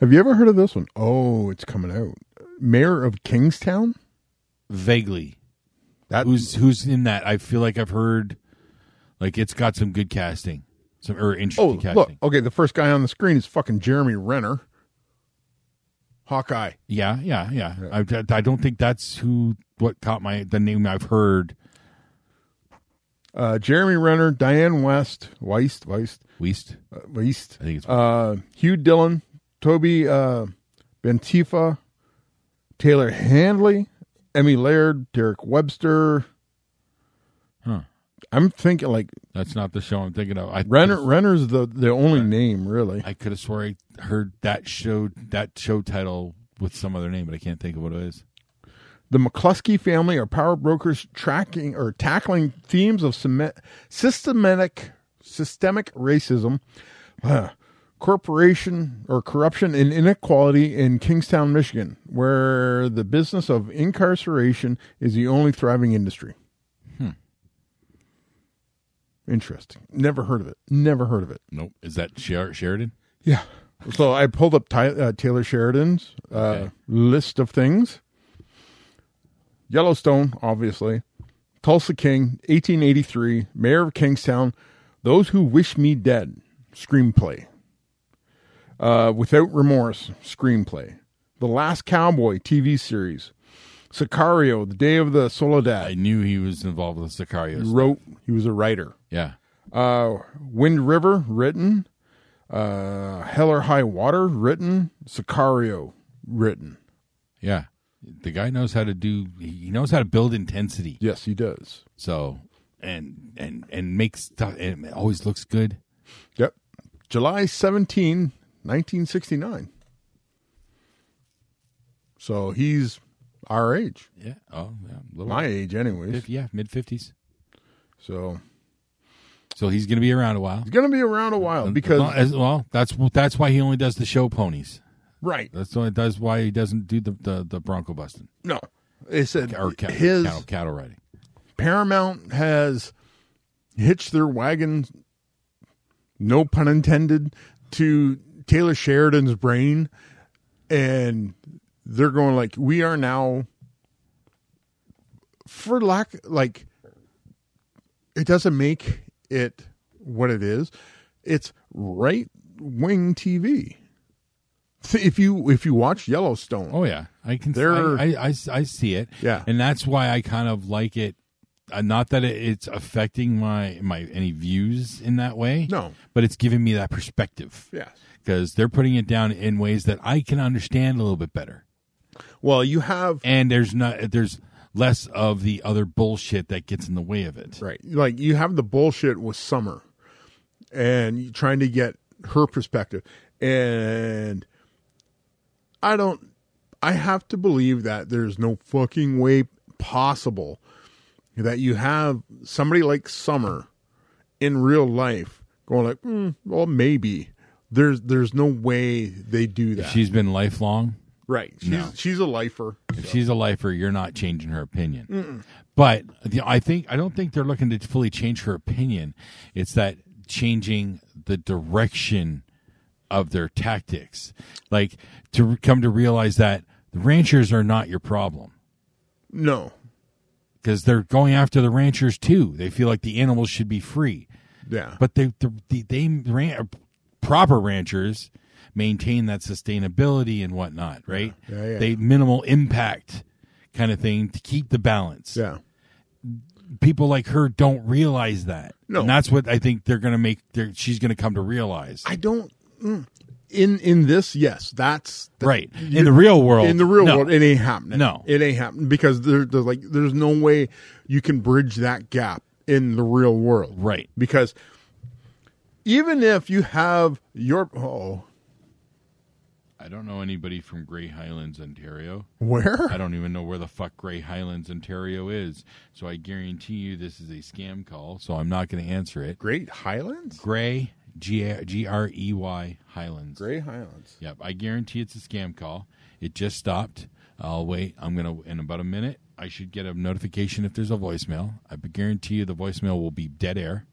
Speaker 7: Have you ever heard of this one? Oh, it's coming out. Mayor of Kingstown?
Speaker 5: Vaguely,
Speaker 7: That
Speaker 5: who's who's in that? I feel like I've heard, like it's got some good casting, some or
Speaker 7: Oh,
Speaker 5: interesting
Speaker 7: look.
Speaker 5: casting.
Speaker 7: Okay, the first guy on the screen is fucking Jeremy Renner. Hawkeye.
Speaker 5: Yeah, yeah, yeah. I, I don't think that's who what caught my the name I've heard.
Speaker 7: Uh, Jeremy Renner, Diane West, Weist, Weist,
Speaker 5: Weast.
Speaker 7: uh, Weist.
Speaker 5: I think it's-
Speaker 7: uh, Hugh Dillon, Toby uh, Bentifa, Taylor Handley, Emmy Laird, Derek Webster.
Speaker 5: Huh.
Speaker 7: I'm thinking like
Speaker 5: That's not the show I'm thinking of. I
Speaker 7: Renner. Renner's the the only name really.
Speaker 5: I could have swore I heard that show that show title with some other name, but I can't think of what it is.
Speaker 7: The McCluskey family are power brokers tracking or tackling themes of seme- systematic systemic racism, uh, corporation or corruption and inequality in Kingstown, Michigan, where the business of incarceration is the only thriving industry. Interesting. Never heard of it. Never heard of it.
Speaker 5: Nope. Is that Sher- Sheridan?
Speaker 7: Yeah. So I pulled up Ty- uh, Taylor Sheridan's uh,
Speaker 5: Okay.
Speaker 7: list of things Yellowstone, obviously, Tulsa King, 1883, Mayor of Kingstown, Those Who Wish Me Dead, screenplay. Uh, Without Remorse, screenplay. The Last Cowboy TV series. Sicario, The Day of the
Speaker 5: I
Speaker 7: Soledad.
Speaker 5: knew he was involved with Sicarios.
Speaker 7: Wrote, he was a writer.
Speaker 5: yeah.
Speaker 7: Uh, Wind River, written. Uh, Hell or High Water, written. Sicario, written.
Speaker 5: Yeah. The guy knows how to do he knows how to build intensity.
Speaker 7: Yes, he does.
Speaker 5: So and and and makes stuff and it always looks good.
Speaker 7: Yep. July 17, 1969. So he's our age,
Speaker 5: Yeah. Oh yeah. A little
Speaker 7: my age, anyways.
Speaker 5: Fif- yeah, mid fifties.
Speaker 7: So
Speaker 5: So he's gonna be around a while.
Speaker 7: he's going to be around a while
Speaker 5: well,
Speaker 7: because,
Speaker 5: Um, as, well, that's that's why he only does the show ponies.
Speaker 7: right.
Speaker 5: That's why that's why he doesn't do the the, the bronco busting
Speaker 7: No. They said
Speaker 5: or ca-
Speaker 7: his
Speaker 5: cattle, cattle riding.
Speaker 7: Paramount has hitched their wagon, no pun intended, to Taylor Sheridan's brain, and they're going like, we are now, for lack, like, it doesn't make it what it is. It's right wing TV. If you if you watch Yellowstone,
Speaker 5: Oh yeah, I can.
Speaker 7: They're-
Speaker 5: I, I, I, I see it.
Speaker 7: Yeah.
Speaker 5: and that's why I kind of like it. Uh, not that it, it's affecting my my any views in that way.
Speaker 7: No.
Speaker 5: but it's giving me that perspective.
Speaker 7: Yes.
Speaker 5: because they're putting it down in ways that I can understand a little bit better.
Speaker 7: well, you have
Speaker 5: And there's not there's less of the other bullshit that gets in the way of it.
Speaker 7: Right. Like you have the bullshit with Summer and you trying to get her perspective. And I don't I have to believe that there's no fucking way possible that you have somebody like Summer in real life going like, mm, well maybe. There's there's no way they do that.
Speaker 5: She's been lifelong.
Speaker 7: right. She's she's a lifer.
Speaker 5: If she's a lifer, you're not changing her opinion. But the, I think I don't think they're looking to fully change her opinion. It's that changing the direction of their tactics, like to re- come to realize that the ranchers are not your problem
Speaker 7: No.
Speaker 5: because they're going after the ranchers too. They feel like the animals should be free,
Speaker 7: Yeah.
Speaker 5: but they the, the, they ran, proper ranchers maintain that sustainability and whatnot, right?
Speaker 7: Yeah, yeah.
Speaker 5: They minimal impact kind of thing to keep the balance.
Speaker 7: yeah.
Speaker 5: People like her don't realize that.
Speaker 7: No.
Speaker 5: And that's what I think they're going to make they're, she's going to come to realize.
Speaker 7: I don't mm. in in this, yes, that's that-
Speaker 5: right. In the real world.
Speaker 7: In the real
Speaker 5: no.
Speaker 7: world, it ain't happening.
Speaker 5: No.
Speaker 7: it ain't happening because there, there's like there's no way you can bridge that gap in the real world,
Speaker 5: Right.
Speaker 7: Because even if you have your oh
Speaker 5: I don't know anybody from Grey Highlands, Ontario. I
Speaker 7: where
Speaker 5: don't even know where the fuck Grey Highlands, Ontario is. So I guarantee you this is a scam call, so I'm not going to answer it.
Speaker 7: Great Highlands,
Speaker 5: Gray, G G R E Y Highlands.
Speaker 7: Great Highlands.
Speaker 5: Yep, I guarantee it's a scam call. It just stopped. I'll wait. I'm gonna in about a minute. I should get a notification if there's a voicemail. I guarantee you the voicemail will be dead air.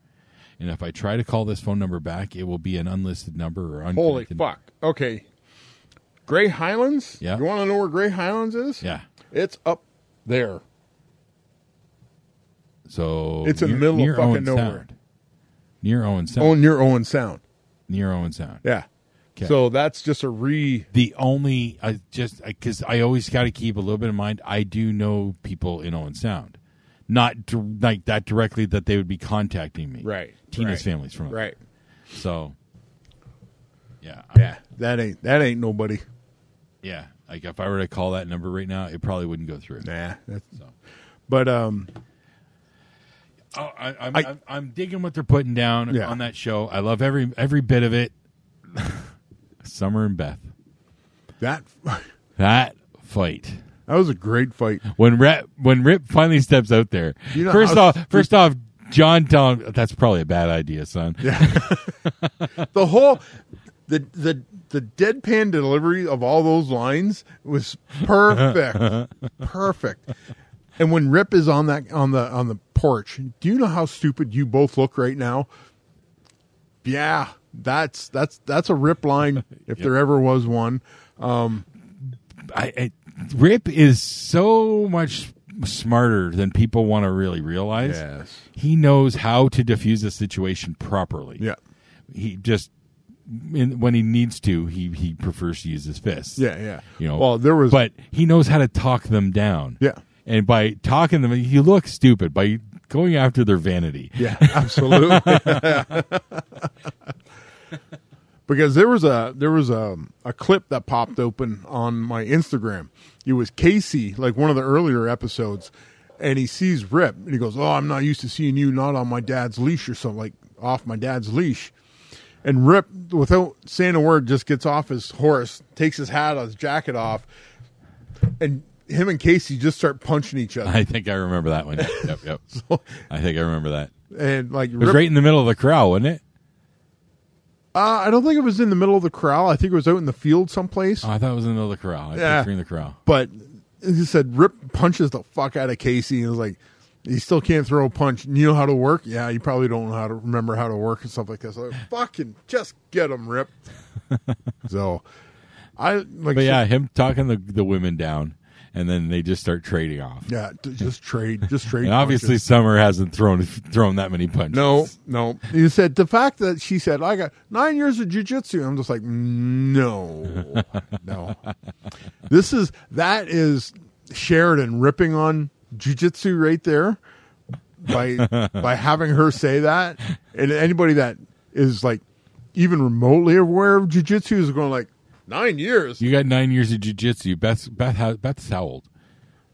Speaker 5: And if I try to call this phone number back, it will be an unlisted number or
Speaker 7: Holy
Speaker 5: unconnected.
Speaker 7: fuck! Okay, Gray Highlands.
Speaker 5: Yeah.
Speaker 7: you want to know where Gray Highlands is?
Speaker 5: Yeah.
Speaker 7: it's up there.
Speaker 5: So
Speaker 7: It's in the middle of fucking
Speaker 5: Owen
Speaker 7: nowhere.
Speaker 5: Sound. Near Owen Sound.
Speaker 7: Oh, near Owen Sound.
Speaker 5: Near Owen Sound.
Speaker 7: Yeah, So that's just a re.
Speaker 5: The only, I just because I always got to keep a little bit in mind. I do know people in Owen Sound, not dir- like that directly that they would be contacting me.
Speaker 7: Right,
Speaker 5: Tina's
Speaker 7: right,
Speaker 5: family's from
Speaker 7: Right.
Speaker 5: So, yeah,
Speaker 7: Yeah. That ain't that ain't nobody.
Speaker 5: yeah. Like if I were to call that number right now, it probably wouldn't go through.
Speaker 7: Nah. That's,
Speaker 5: So.
Speaker 7: But um,
Speaker 5: Oh, I, I'm,
Speaker 7: I-
Speaker 5: I, am i am digging what they're putting down
Speaker 7: Yeah.
Speaker 5: on that show. I love every every bit of it. Summer and Beth,
Speaker 7: that that
Speaker 5: that fight.
Speaker 7: was a great fight.
Speaker 5: when Rip when Rip finally steps out there.
Speaker 7: You know
Speaker 5: first
Speaker 7: how-
Speaker 5: off, first off, John telling that's probably a bad idea, son.
Speaker 7: The whole the the the deadpan delivery of all those lines was perfect. perfect. And when Rip is on that on the on the porch, do you know how stupid you both look right now? Yeah, that's that's that's a Rip line if there ever was one.
Speaker 5: I, I, Rip is so much smarter than people want to really realize.
Speaker 7: Yes.
Speaker 5: He knows how to diffuse a situation properly.
Speaker 7: Yeah.
Speaker 5: He just in, when he needs to, he he prefers to use his fists.
Speaker 7: Yeah, yeah.
Speaker 5: You know,
Speaker 7: well, there was
Speaker 5: but he knows how to talk them down.
Speaker 7: Yeah.
Speaker 5: And by talking them, you look stupid by going after their vanity.
Speaker 7: Yeah, absolutely. because there was a there was a a clip that popped open on my Instagram. It was Casey, like one of the earlier episodes, and he sees Rip and he goes, "Oh, I'm not used to seeing you not on my dad's leash or something like off my dad's leash." And Rip, without saying a word, just gets off his horse, takes his hat, his jacket off, and him and Casey just start punching each other.
Speaker 5: I think I remember that one. Yep, yep. I think I remember that.
Speaker 7: And like
Speaker 5: It was right in the middle of the crowd, wasn't it?
Speaker 7: Uh, I don't think it was in the middle of the corral. I think it was out in the field someplace.
Speaker 5: Oh, I thought it was in the middle of the crowd. I
Speaker 7: Yeah.
Speaker 5: picturing the crowd.
Speaker 7: but he said Rip punches the fuck out of Casey and was like, he still can't throw a punch. And You know how to work? Yeah, you probably don't know how to remember how to work and stuff like that. So like, fucking just get him, Rip. so I like
Speaker 5: But yeah, him talking the, the women down, and then they just start trading off.
Speaker 7: yeah, d- just trade, just trade.
Speaker 5: And obviously,
Speaker 7: punches.
Speaker 5: Summer hasn't thrown thrown that many punches.
Speaker 7: No, no. He said the fact that she said I got nine years of jujitsu. I'm just like, no, no. This is that is Sheridan ripping on jujitsu right there by by having her say that, and anybody that is like even remotely aware of jujitsu is going like nine years.
Speaker 5: you got nine years of jujitsu. Beth Beth how, Beth's how old?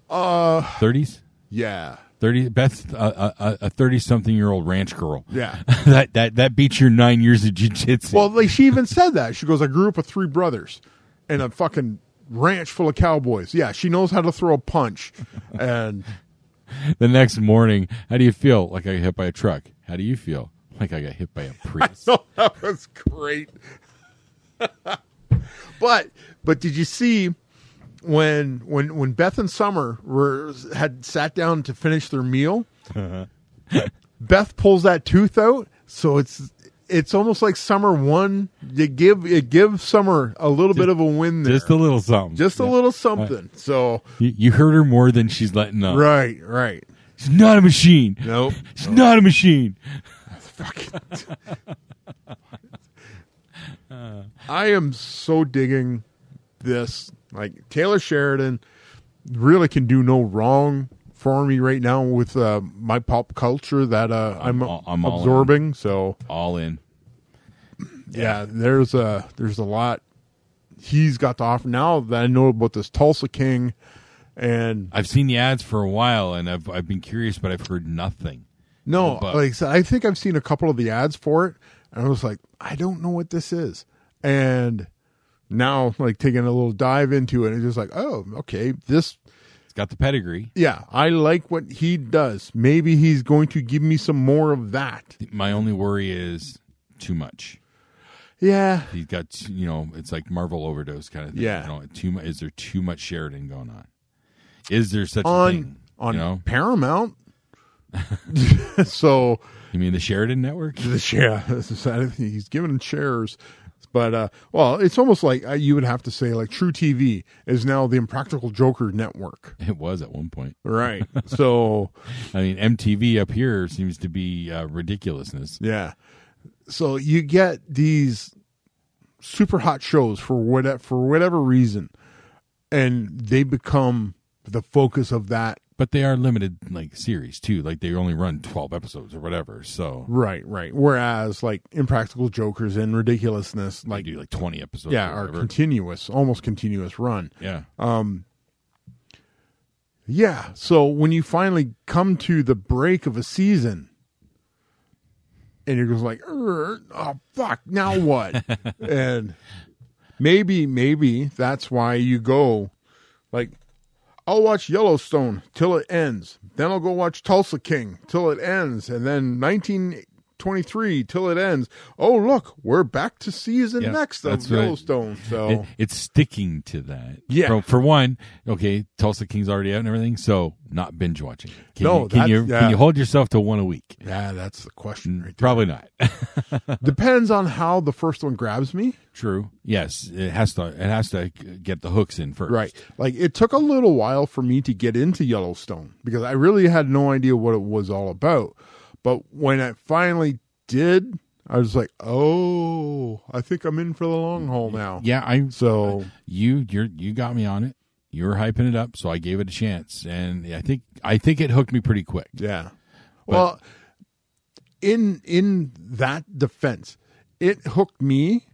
Speaker 5: Uh, thirties.
Speaker 7: Yeah,
Speaker 5: Thirty. Beth's a- a a thirty something year old ranch girl.
Speaker 7: yeah.
Speaker 5: that that that beats your nine years of jujitsu.
Speaker 7: Well, like she even said that. She goes, I grew up with three brothers and a fucking ranch full of cowboys. Yeah, she knows how to throw a punch. And
Speaker 5: the next morning, how do you feel? Like I got hit by a truck. How do you feel? Like I got hit by a Prius.
Speaker 7: so that was great. but but did you see when when when Beth and Summer were had sat down to finish their meal? Uh-huh. Beth pulls that tooth out, so it's it's almost like Summer won. You give you give Summer a little bit of a win there.
Speaker 5: Just a little something.
Speaker 7: just a little something. So
Speaker 5: You, you hurt her more than she's letting on.
Speaker 7: right, right.
Speaker 5: She's not a machine.
Speaker 7: Nope.
Speaker 5: She's not a machine.
Speaker 7: I am so digging this. Like Taylor Sheridan really can do no wrong for me right now with uh, my pop culture that uh, I'm,
Speaker 5: all- I'm all in.
Speaker 7: absorbing. So
Speaker 5: All in.
Speaker 7: yeah, there's a there's a lot he's got to offer now that I know about this Tulsa King and
Speaker 5: I've seen the ads for a while, and I've I've been curious, but I've heard nothing.
Speaker 7: No,
Speaker 5: But-
Speaker 7: like I said, I think I've seen a couple of the ads for it, and I was like, I don't know what this is. And now, like taking a little dive into it, and just like, oh, okay, this,
Speaker 5: It's got the pedigree.
Speaker 7: yeah, I like what he does. Maybe he's going to give me some more of that.
Speaker 5: My only worry is too much.
Speaker 7: Yeah,
Speaker 5: He's got t- you know, it's like Marvel overdose kind of thing.
Speaker 7: Yeah.
Speaker 5: You know, too much. Is there too much Sheridan going on? Is there such a
Speaker 7: on
Speaker 5: thing?
Speaker 7: on
Speaker 5: you know,
Speaker 7: Paramount. so
Speaker 5: you mean the Sheridan Network?
Speaker 7: the share. He's giving shares. But uh, well, it's almost like uh, you would have to say like True TV is now the Impractical Joker network.
Speaker 5: It was at one point.
Speaker 7: Right. So
Speaker 5: I mean, MTV up here seems to be uh, ridiculousness.
Speaker 7: yeah. So you get these super hot shows for what for whatever reason, and they become the focus of that.
Speaker 5: But they are limited like series too. Like they only run twelve episodes or whatever. So
Speaker 7: Right, right. Whereas like Impractical Jokers and Ridiculousness,
Speaker 5: like
Speaker 7: like
Speaker 5: do like twenty episodes.
Speaker 7: yeah, oh.
Speaker 5: or
Speaker 7: are
Speaker 5: whatever.
Speaker 7: continuous, almost continuous run.
Speaker 5: yeah.
Speaker 7: Yeah. So when you finally come to the break of a season and you're just like, "Er, oh, fuck, now what? and maybe, maybe that's why you go like, I'll watch Yellowstone till it ends. Then I'll go watch Tulsa King till it ends. And then 1923 till it ends. Oh, look, we're back to season
Speaker 5: Yeah,
Speaker 7: next of
Speaker 5: that's right.
Speaker 7: Yellowstone. So.
Speaker 5: It- it's sticking to that.
Speaker 7: Yeah.
Speaker 5: For, for one, okay, Tulsa King's already out and everything, so not binge watching. Can
Speaker 7: No,
Speaker 5: you, can
Speaker 7: that's-
Speaker 5: you
Speaker 7: yeah.
Speaker 5: can you hold yourself to one a week?
Speaker 7: yeah, that's the question. Right
Speaker 5: Probably not.
Speaker 7: Depends on how the first one grabs me.
Speaker 5: True. Yes, it has to. It has to get the hooks in first.
Speaker 7: Right. Like it took a little while for me to get into Yellowstone because I really had no idea what it was all about. But when I finally did, I was like, "Oh, I think I'm in for the long haul now."
Speaker 5: Yeah. I
Speaker 7: So,
Speaker 5: you you you got me on it. You were hyping it up, so I gave it a chance, and I think I think it hooked me pretty quick.
Speaker 7: yeah. Well, in in that defense, it hooked me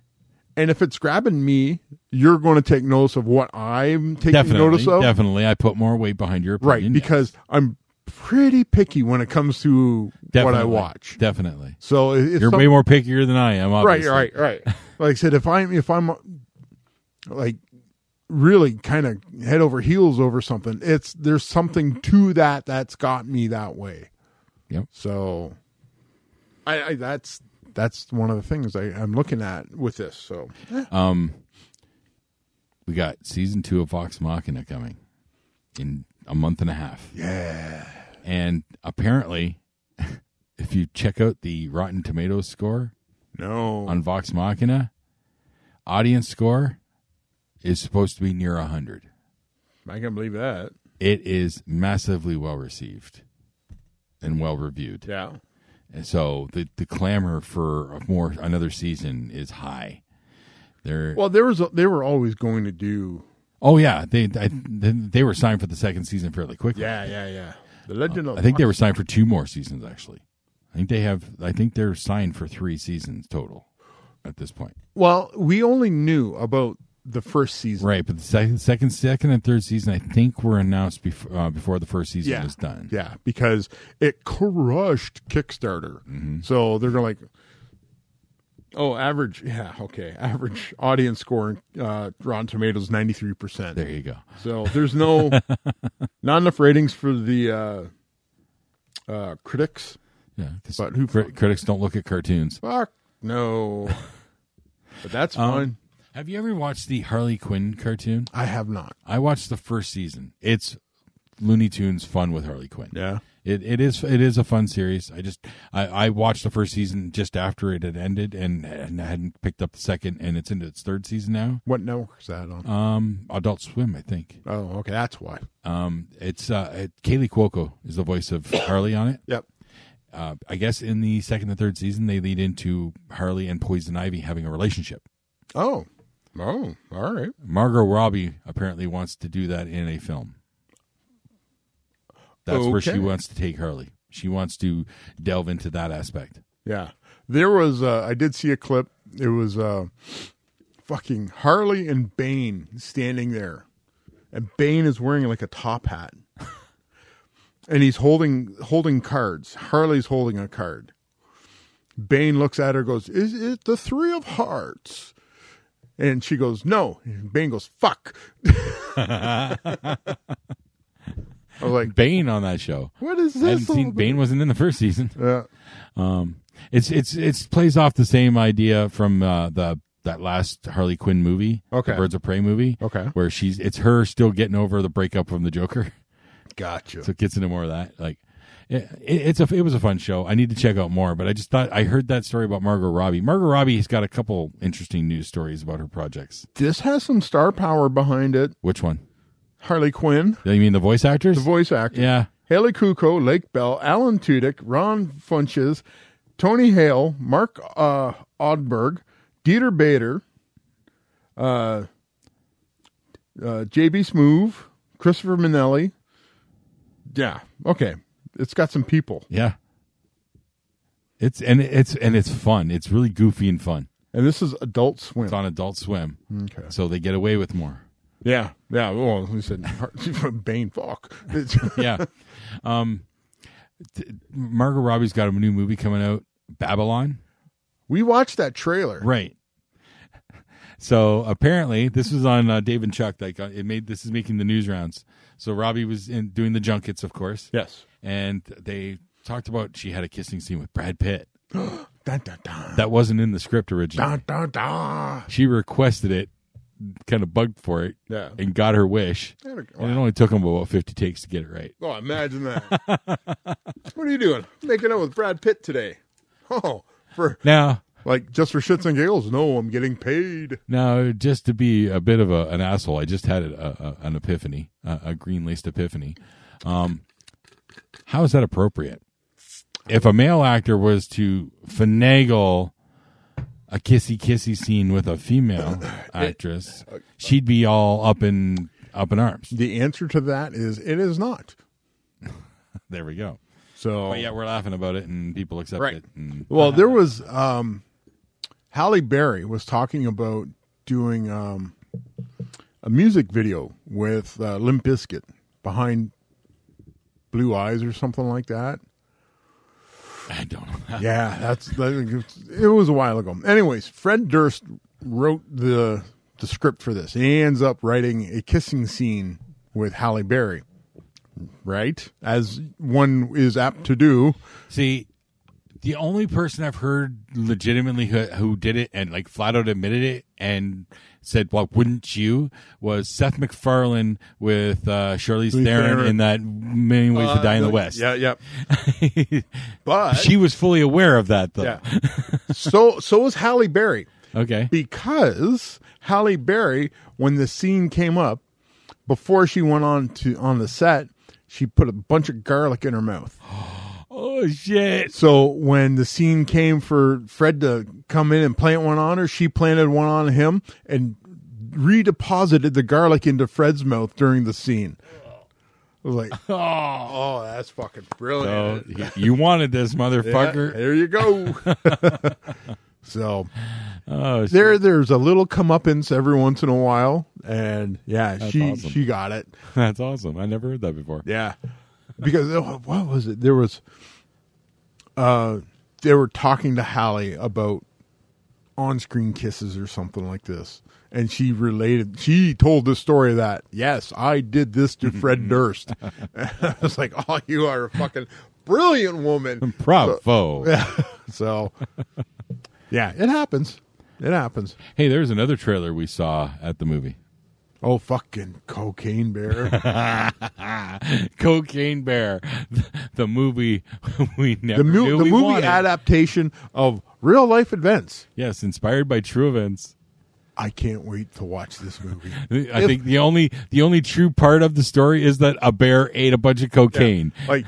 Speaker 7: and if it's grabbing me, you're going to take notice of what I'm taking
Speaker 5: Definitely,
Speaker 7: notice of.
Speaker 5: definitely. I put more weight behind your
Speaker 7: Right,
Speaker 5: opinion.
Speaker 7: because I'm pretty picky when it comes to what I
Speaker 5: Definitely.
Speaker 7: watch.
Speaker 5: Definitely.
Speaker 7: So it- it's
Speaker 5: You're
Speaker 7: some-
Speaker 5: way more pickier than I am.
Speaker 7: right,
Speaker 5: Obviously.
Speaker 7: right, right. Like I said, if I'm if I'm like really kind of head over heels over something, it's there's something to that that's got me that way.
Speaker 5: Yep.
Speaker 7: So, I, I that's that's one of the things I, I'm looking at with this. So
Speaker 5: We got season two of Vox Machina coming in a month and a half. Yeah. And apparently, if you check out the Rotten Tomatoes score
Speaker 7: no,
Speaker 5: on Vox Machina, audience score is supposed to be near 100.
Speaker 7: I can believe that.
Speaker 5: It is massively well received and well reviewed.
Speaker 7: Yeah.
Speaker 5: And so the, the clamor for more another season is high. There,
Speaker 7: Well, there was a, they were always going to do.
Speaker 5: oh yeah, they I, they were signed for the second season fairly quickly.
Speaker 7: yeah, yeah. The Legend of
Speaker 5: Uh, I think they
Speaker 7: Vox-
Speaker 5: were signed for two more seasons actually. I think they have I think they're signed for 3 seasons total at this point.
Speaker 7: Well, we only knew about the first season.
Speaker 5: Right, but the second second second and third season I think were announced before uh, before the first season
Speaker 7: yeah.
Speaker 5: was done.
Speaker 7: Yeah, because it crushed Kickstarter.
Speaker 5: Mm-hmm.
Speaker 7: So they're gonna like, oh, average. Yeah, okay, average audience score in uh, Rotten Tomatoes ninety three percent.
Speaker 5: There you go.
Speaker 7: So there's no not enough ratings for the uh, uh, critics.
Speaker 5: Yeah, 'cause
Speaker 7: But who-
Speaker 5: cri- critics don't look at cartoons.
Speaker 7: Fuck no. but that's
Speaker 5: Um,
Speaker 7: fine.
Speaker 5: Have you ever watched the Harley Quinn cartoon?
Speaker 7: I have not.
Speaker 5: I watched the first season. It's Looney Tunes fun with Harley Quinn.
Speaker 7: Yeah.
Speaker 5: It it is it is a fun series. I just I, I watched the first season just after it had ended and, and I hadn't picked up the second and it's into its third season now.
Speaker 7: What network is that on?
Speaker 5: Um, Adult Swim, I think.
Speaker 7: oh, okay, that's why.
Speaker 5: Um, it's uh, it, Kaylee Cuoco is the voice of Harley on it.
Speaker 7: Yep.
Speaker 5: Uh, I guess in the second and third season they lead into Harley and Poison Ivy having a relationship.
Speaker 7: Oh. Oh, all right.
Speaker 5: Margot Robbie apparently wants to do that in a film. That's where she
Speaker 7: Okay.
Speaker 5: wants to take Harley. She wants to delve into that aspect.
Speaker 7: Yeah. There was uh I did see a clip. It was uh fucking Harley and Bane standing there. And Bane is wearing like a top hat. and he's holding holding cards. Harley's holding a card. Bane looks at her goes, "Is it the 3 of hearts?" And she goes, "No." And Bane goes, "Fuck." I was like,
Speaker 5: Bane on that show.
Speaker 7: "What is
Speaker 5: I
Speaker 7: this?"
Speaker 5: hadn't seen
Speaker 7: all
Speaker 5: Bane wasn't in the first season. Um,
Speaker 7: about?"
Speaker 5: It's it's it's plays off the same idea from uh, the that last Harley Quinn movie,
Speaker 7: Okay.
Speaker 5: the Birds of Prey movie,
Speaker 7: Okay.
Speaker 5: where she's it's her still getting over the breakup from the Joker.
Speaker 7: Yeah, gotcha.
Speaker 5: so it gets into more of that. Like, it, it, it's a it was a fun show. I need to check out more, but I just thought I heard that story about Margot Robbie. Margot Robbie has got a couple interesting news stories about her projects.
Speaker 7: This has some star power behind it.
Speaker 5: Which one?
Speaker 7: Harley Quinn,
Speaker 5: You mean the voice actors?
Speaker 7: the voice actor.
Speaker 5: yeah,
Speaker 7: Haley Kuko, Lake Bell, Alan Tudyk, Ron Funches, Tony Hale, Mark uh, Odberg, Dieter Bader, Uh, uh, JB Smoove, Christopher Minelli. Yeah. Okay. It's got some people.
Speaker 5: Yeah. It's and it's and it's fun. It's really goofy and fun.
Speaker 7: And this is Adult Swim.
Speaker 5: It's on Adult Swim,
Speaker 7: Okay.
Speaker 5: so they get away with more.
Speaker 7: Yeah. Yeah. Well, we said Bane fuck.
Speaker 5: Yeah. um, t- Margot Robbie's got a new movie coming out, Babylon.
Speaker 7: we watched that trailer.
Speaker 5: Right. So apparently, this was on uh, Dave and Chuck. Like uh, it made this is making the news rounds. So Robbie was in, doing the junkets, of course.
Speaker 7: Yes.
Speaker 5: and they talked about she had a kissing scene with Brad Pitt
Speaker 7: Dun, dun, dun.
Speaker 5: that wasn't in the script originally.
Speaker 7: Dun, dun, dun.
Speaker 5: She requested it, kind of bugged for it,
Speaker 7: Yeah.
Speaker 5: and got her wish.
Speaker 7: There we go.
Speaker 5: And it only took them about fifty takes to get it right.
Speaker 7: Oh, imagine that. what are you doing? Making out with Brad Pitt today. Oh, for
Speaker 5: Now,
Speaker 7: like just for shits and giggles. No, I'm getting paid.
Speaker 5: now, just to be a bit of a, an asshole, I just had a, a, an epiphany, a, a green laced epiphany. Um, how is that appropriate? If a male actor was to finagle a kissy kissy scene with a female actress, she'd be all up in up in arms.
Speaker 7: The answer to that is it is not.
Speaker 5: There we go.
Speaker 7: So
Speaker 5: But yeah, we're laughing about it, and people accept
Speaker 7: Right.
Speaker 5: it. And
Speaker 7: Well, there was um Halle Berry was talking about doing um a music video with uh, Limp Bizkit behind Blue Eyes or something like that.
Speaker 5: I don't know.
Speaker 7: Yeah, that's that, it was a while ago. Anyways, Fred Durst wrote the the script for this. He ends up writing a kissing scene with Halle Berry. Right? As one is apt to do.
Speaker 5: See, the only person I've heard legitimately who, who did it and like flat out admitted it and said, "Well, wouldn't you?" was Seth MacFarlane with uh, Charlize
Speaker 7: Charlize
Speaker 5: Theron,
Speaker 7: Theron.
Speaker 5: in that Many Ways
Speaker 7: Uh,
Speaker 5: to Die in the West.
Speaker 7: Yeah, yeah. But
Speaker 5: she was fully aware of that, though.
Speaker 7: Yeah. so so was Halle Berry
Speaker 5: Okay.
Speaker 7: because Halle Berry, when the scene came up, before she went on to on the set, she put a bunch of garlic in her mouth.
Speaker 5: Oh shit!
Speaker 7: So when the scene came for Fred to come in and plant one on her, she planted one on him and redeposited the garlic into Fred's mouth during the scene. I was like, oh, that's fucking
Speaker 5: So
Speaker 7: brilliant.
Speaker 5: he- you wanted this
Speaker 7: Yeah,
Speaker 5: motherfucker.
Speaker 7: there you go. so
Speaker 5: Oh, shit.
Speaker 7: there there's a little comeuppance every once in a while and yeah she
Speaker 5: awesome.
Speaker 7: she got it
Speaker 5: that's awesome. I never heard that before.
Speaker 7: yeah because oh, what was it there was uh they were talking to Hallie about on-screen kisses or something like this and she related she told the story that yes I did this to Fred Durst I was like oh you are a fucking brilliant woman
Speaker 5: Bravo.
Speaker 7: so yeah it happens it happens
Speaker 5: Hey, there's another trailer we saw at the movie.
Speaker 7: oh fucking cocaine bear
Speaker 5: Cocaine Bear, the movie we never
Speaker 7: the, mu-
Speaker 5: knew
Speaker 7: the
Speaker 5: we
Speaker 7: movie
Speaker 5: wanted.
Speaker 7: adaptation of real life events.
Speaker 5: yes, inspired by true events.
Speaker 7: I can't wait to watch this movie.
Speaker 5: I think the only the only true part of the story is that a bear ate a bunch of cocaine.
Speaker 7: Like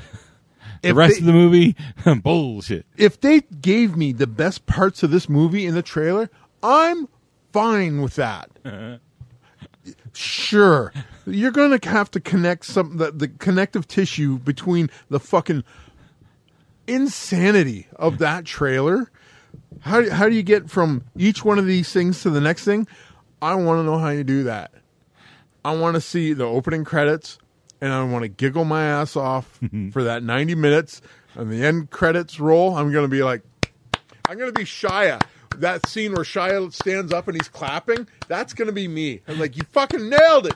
Speaker 5: The rest
Speaker 7: they,
Speaker 5: of the movie, bullshit.
Speaker 7: if they gave me the best parts of this movie in the trailer, I'm fine with that. sure, you're gonna have to connect some the, the connective tissue between the fucking insanity of that trailer. How do- how do you get from each one of these things to the next thing? I want to know how you do that. I want to see the opening credits, and I want to giggle my ass off for that ninety minutes. And the end credits roll. I'm gonna be like, I'm gonna be Shia. That scene where Shia stands up and he's clapping. That's gonna be me. I'm like, you fucking nailed it.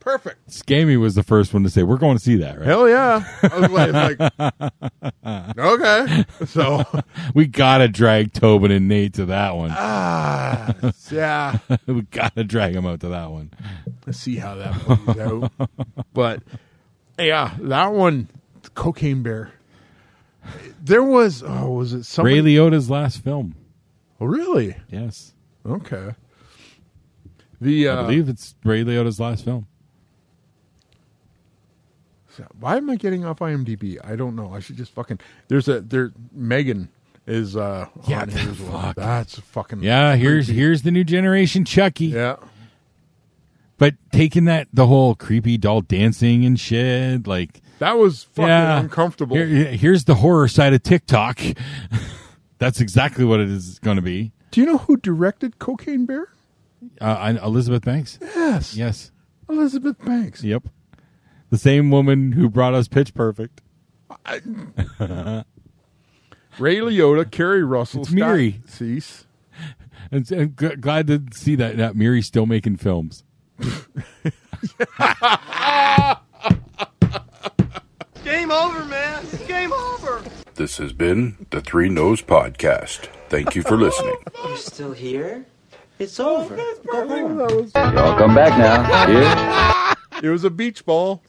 Speaker 7: Perfect.
Speaker 5: Scammy was the first one to say, "We're going to see that." Right?
Speaker 7: Hell yeah. I was like, like okay. So
Speaker 5: We gotta drag Tobin and Nate to that one.
Speaker 7: ah, yeah.
Speaker 5: we gotta drag them out to that one.
Speaker 7: Let's see how that plays out. But yeah, that one, Cocaine Bear. There was oh, was it somebody?
Speaker 5: Ray Liotta's last film.
Speaker 7: Oh, really?
Speaker 5: Yes,
Speaker 7: Okay. The uh,
Speaker 5: I believe it's Ray Liotta's last film.
Speaker 7: why am I getting off IMDb? I don't know. I should just fucking. There's a there Megan is uh
Speaker 5: Yeah,
Speaker 7: on here as well.
Speaker 5: fuck.
Speaker 7: That's fucking
Speaker 5: Yeah, here's
Speaker 7: creepy.
Speaker 5: here's the new generation Chucky.
Speaker 7: yeah.
Speaker 5: But taking that the whole creepy doll dancing and shit, like
Speaker 7: That was fucking
Speaker 5: yeah,
Speaker 7: uncomfortable.
Speaker 5: Here- here- here's the horror side of TikTok. That's exactly what it is going to be.
Speaker 7: Do you know who directed Cocaine Bear?
Speaker 5: Uh, I- Elizabeth Banks.
Speaker 7: Yes,
Speaker 5: Yes.
Speaker 7: Elizabeth Banks.
Speaker 5: Yep. The same woman who brought us Pitch Perfect.
Speaker 7: Ray Liotta, Carrie Russell,
Speaker 5: It's
Speaker 7: Scott
Speaker 5: Miri.
Speaker 7: Cease.
Speaker 5: And, and g- glad to see that, that Miri's still making films.
Speaker 4: Game over, man. Game over.
Speaker 8: This has been the Three Nose Podcast. Thank you for listening.
Speaker 2: You're still here? It's over.
Speaker 7: It was a beach ball.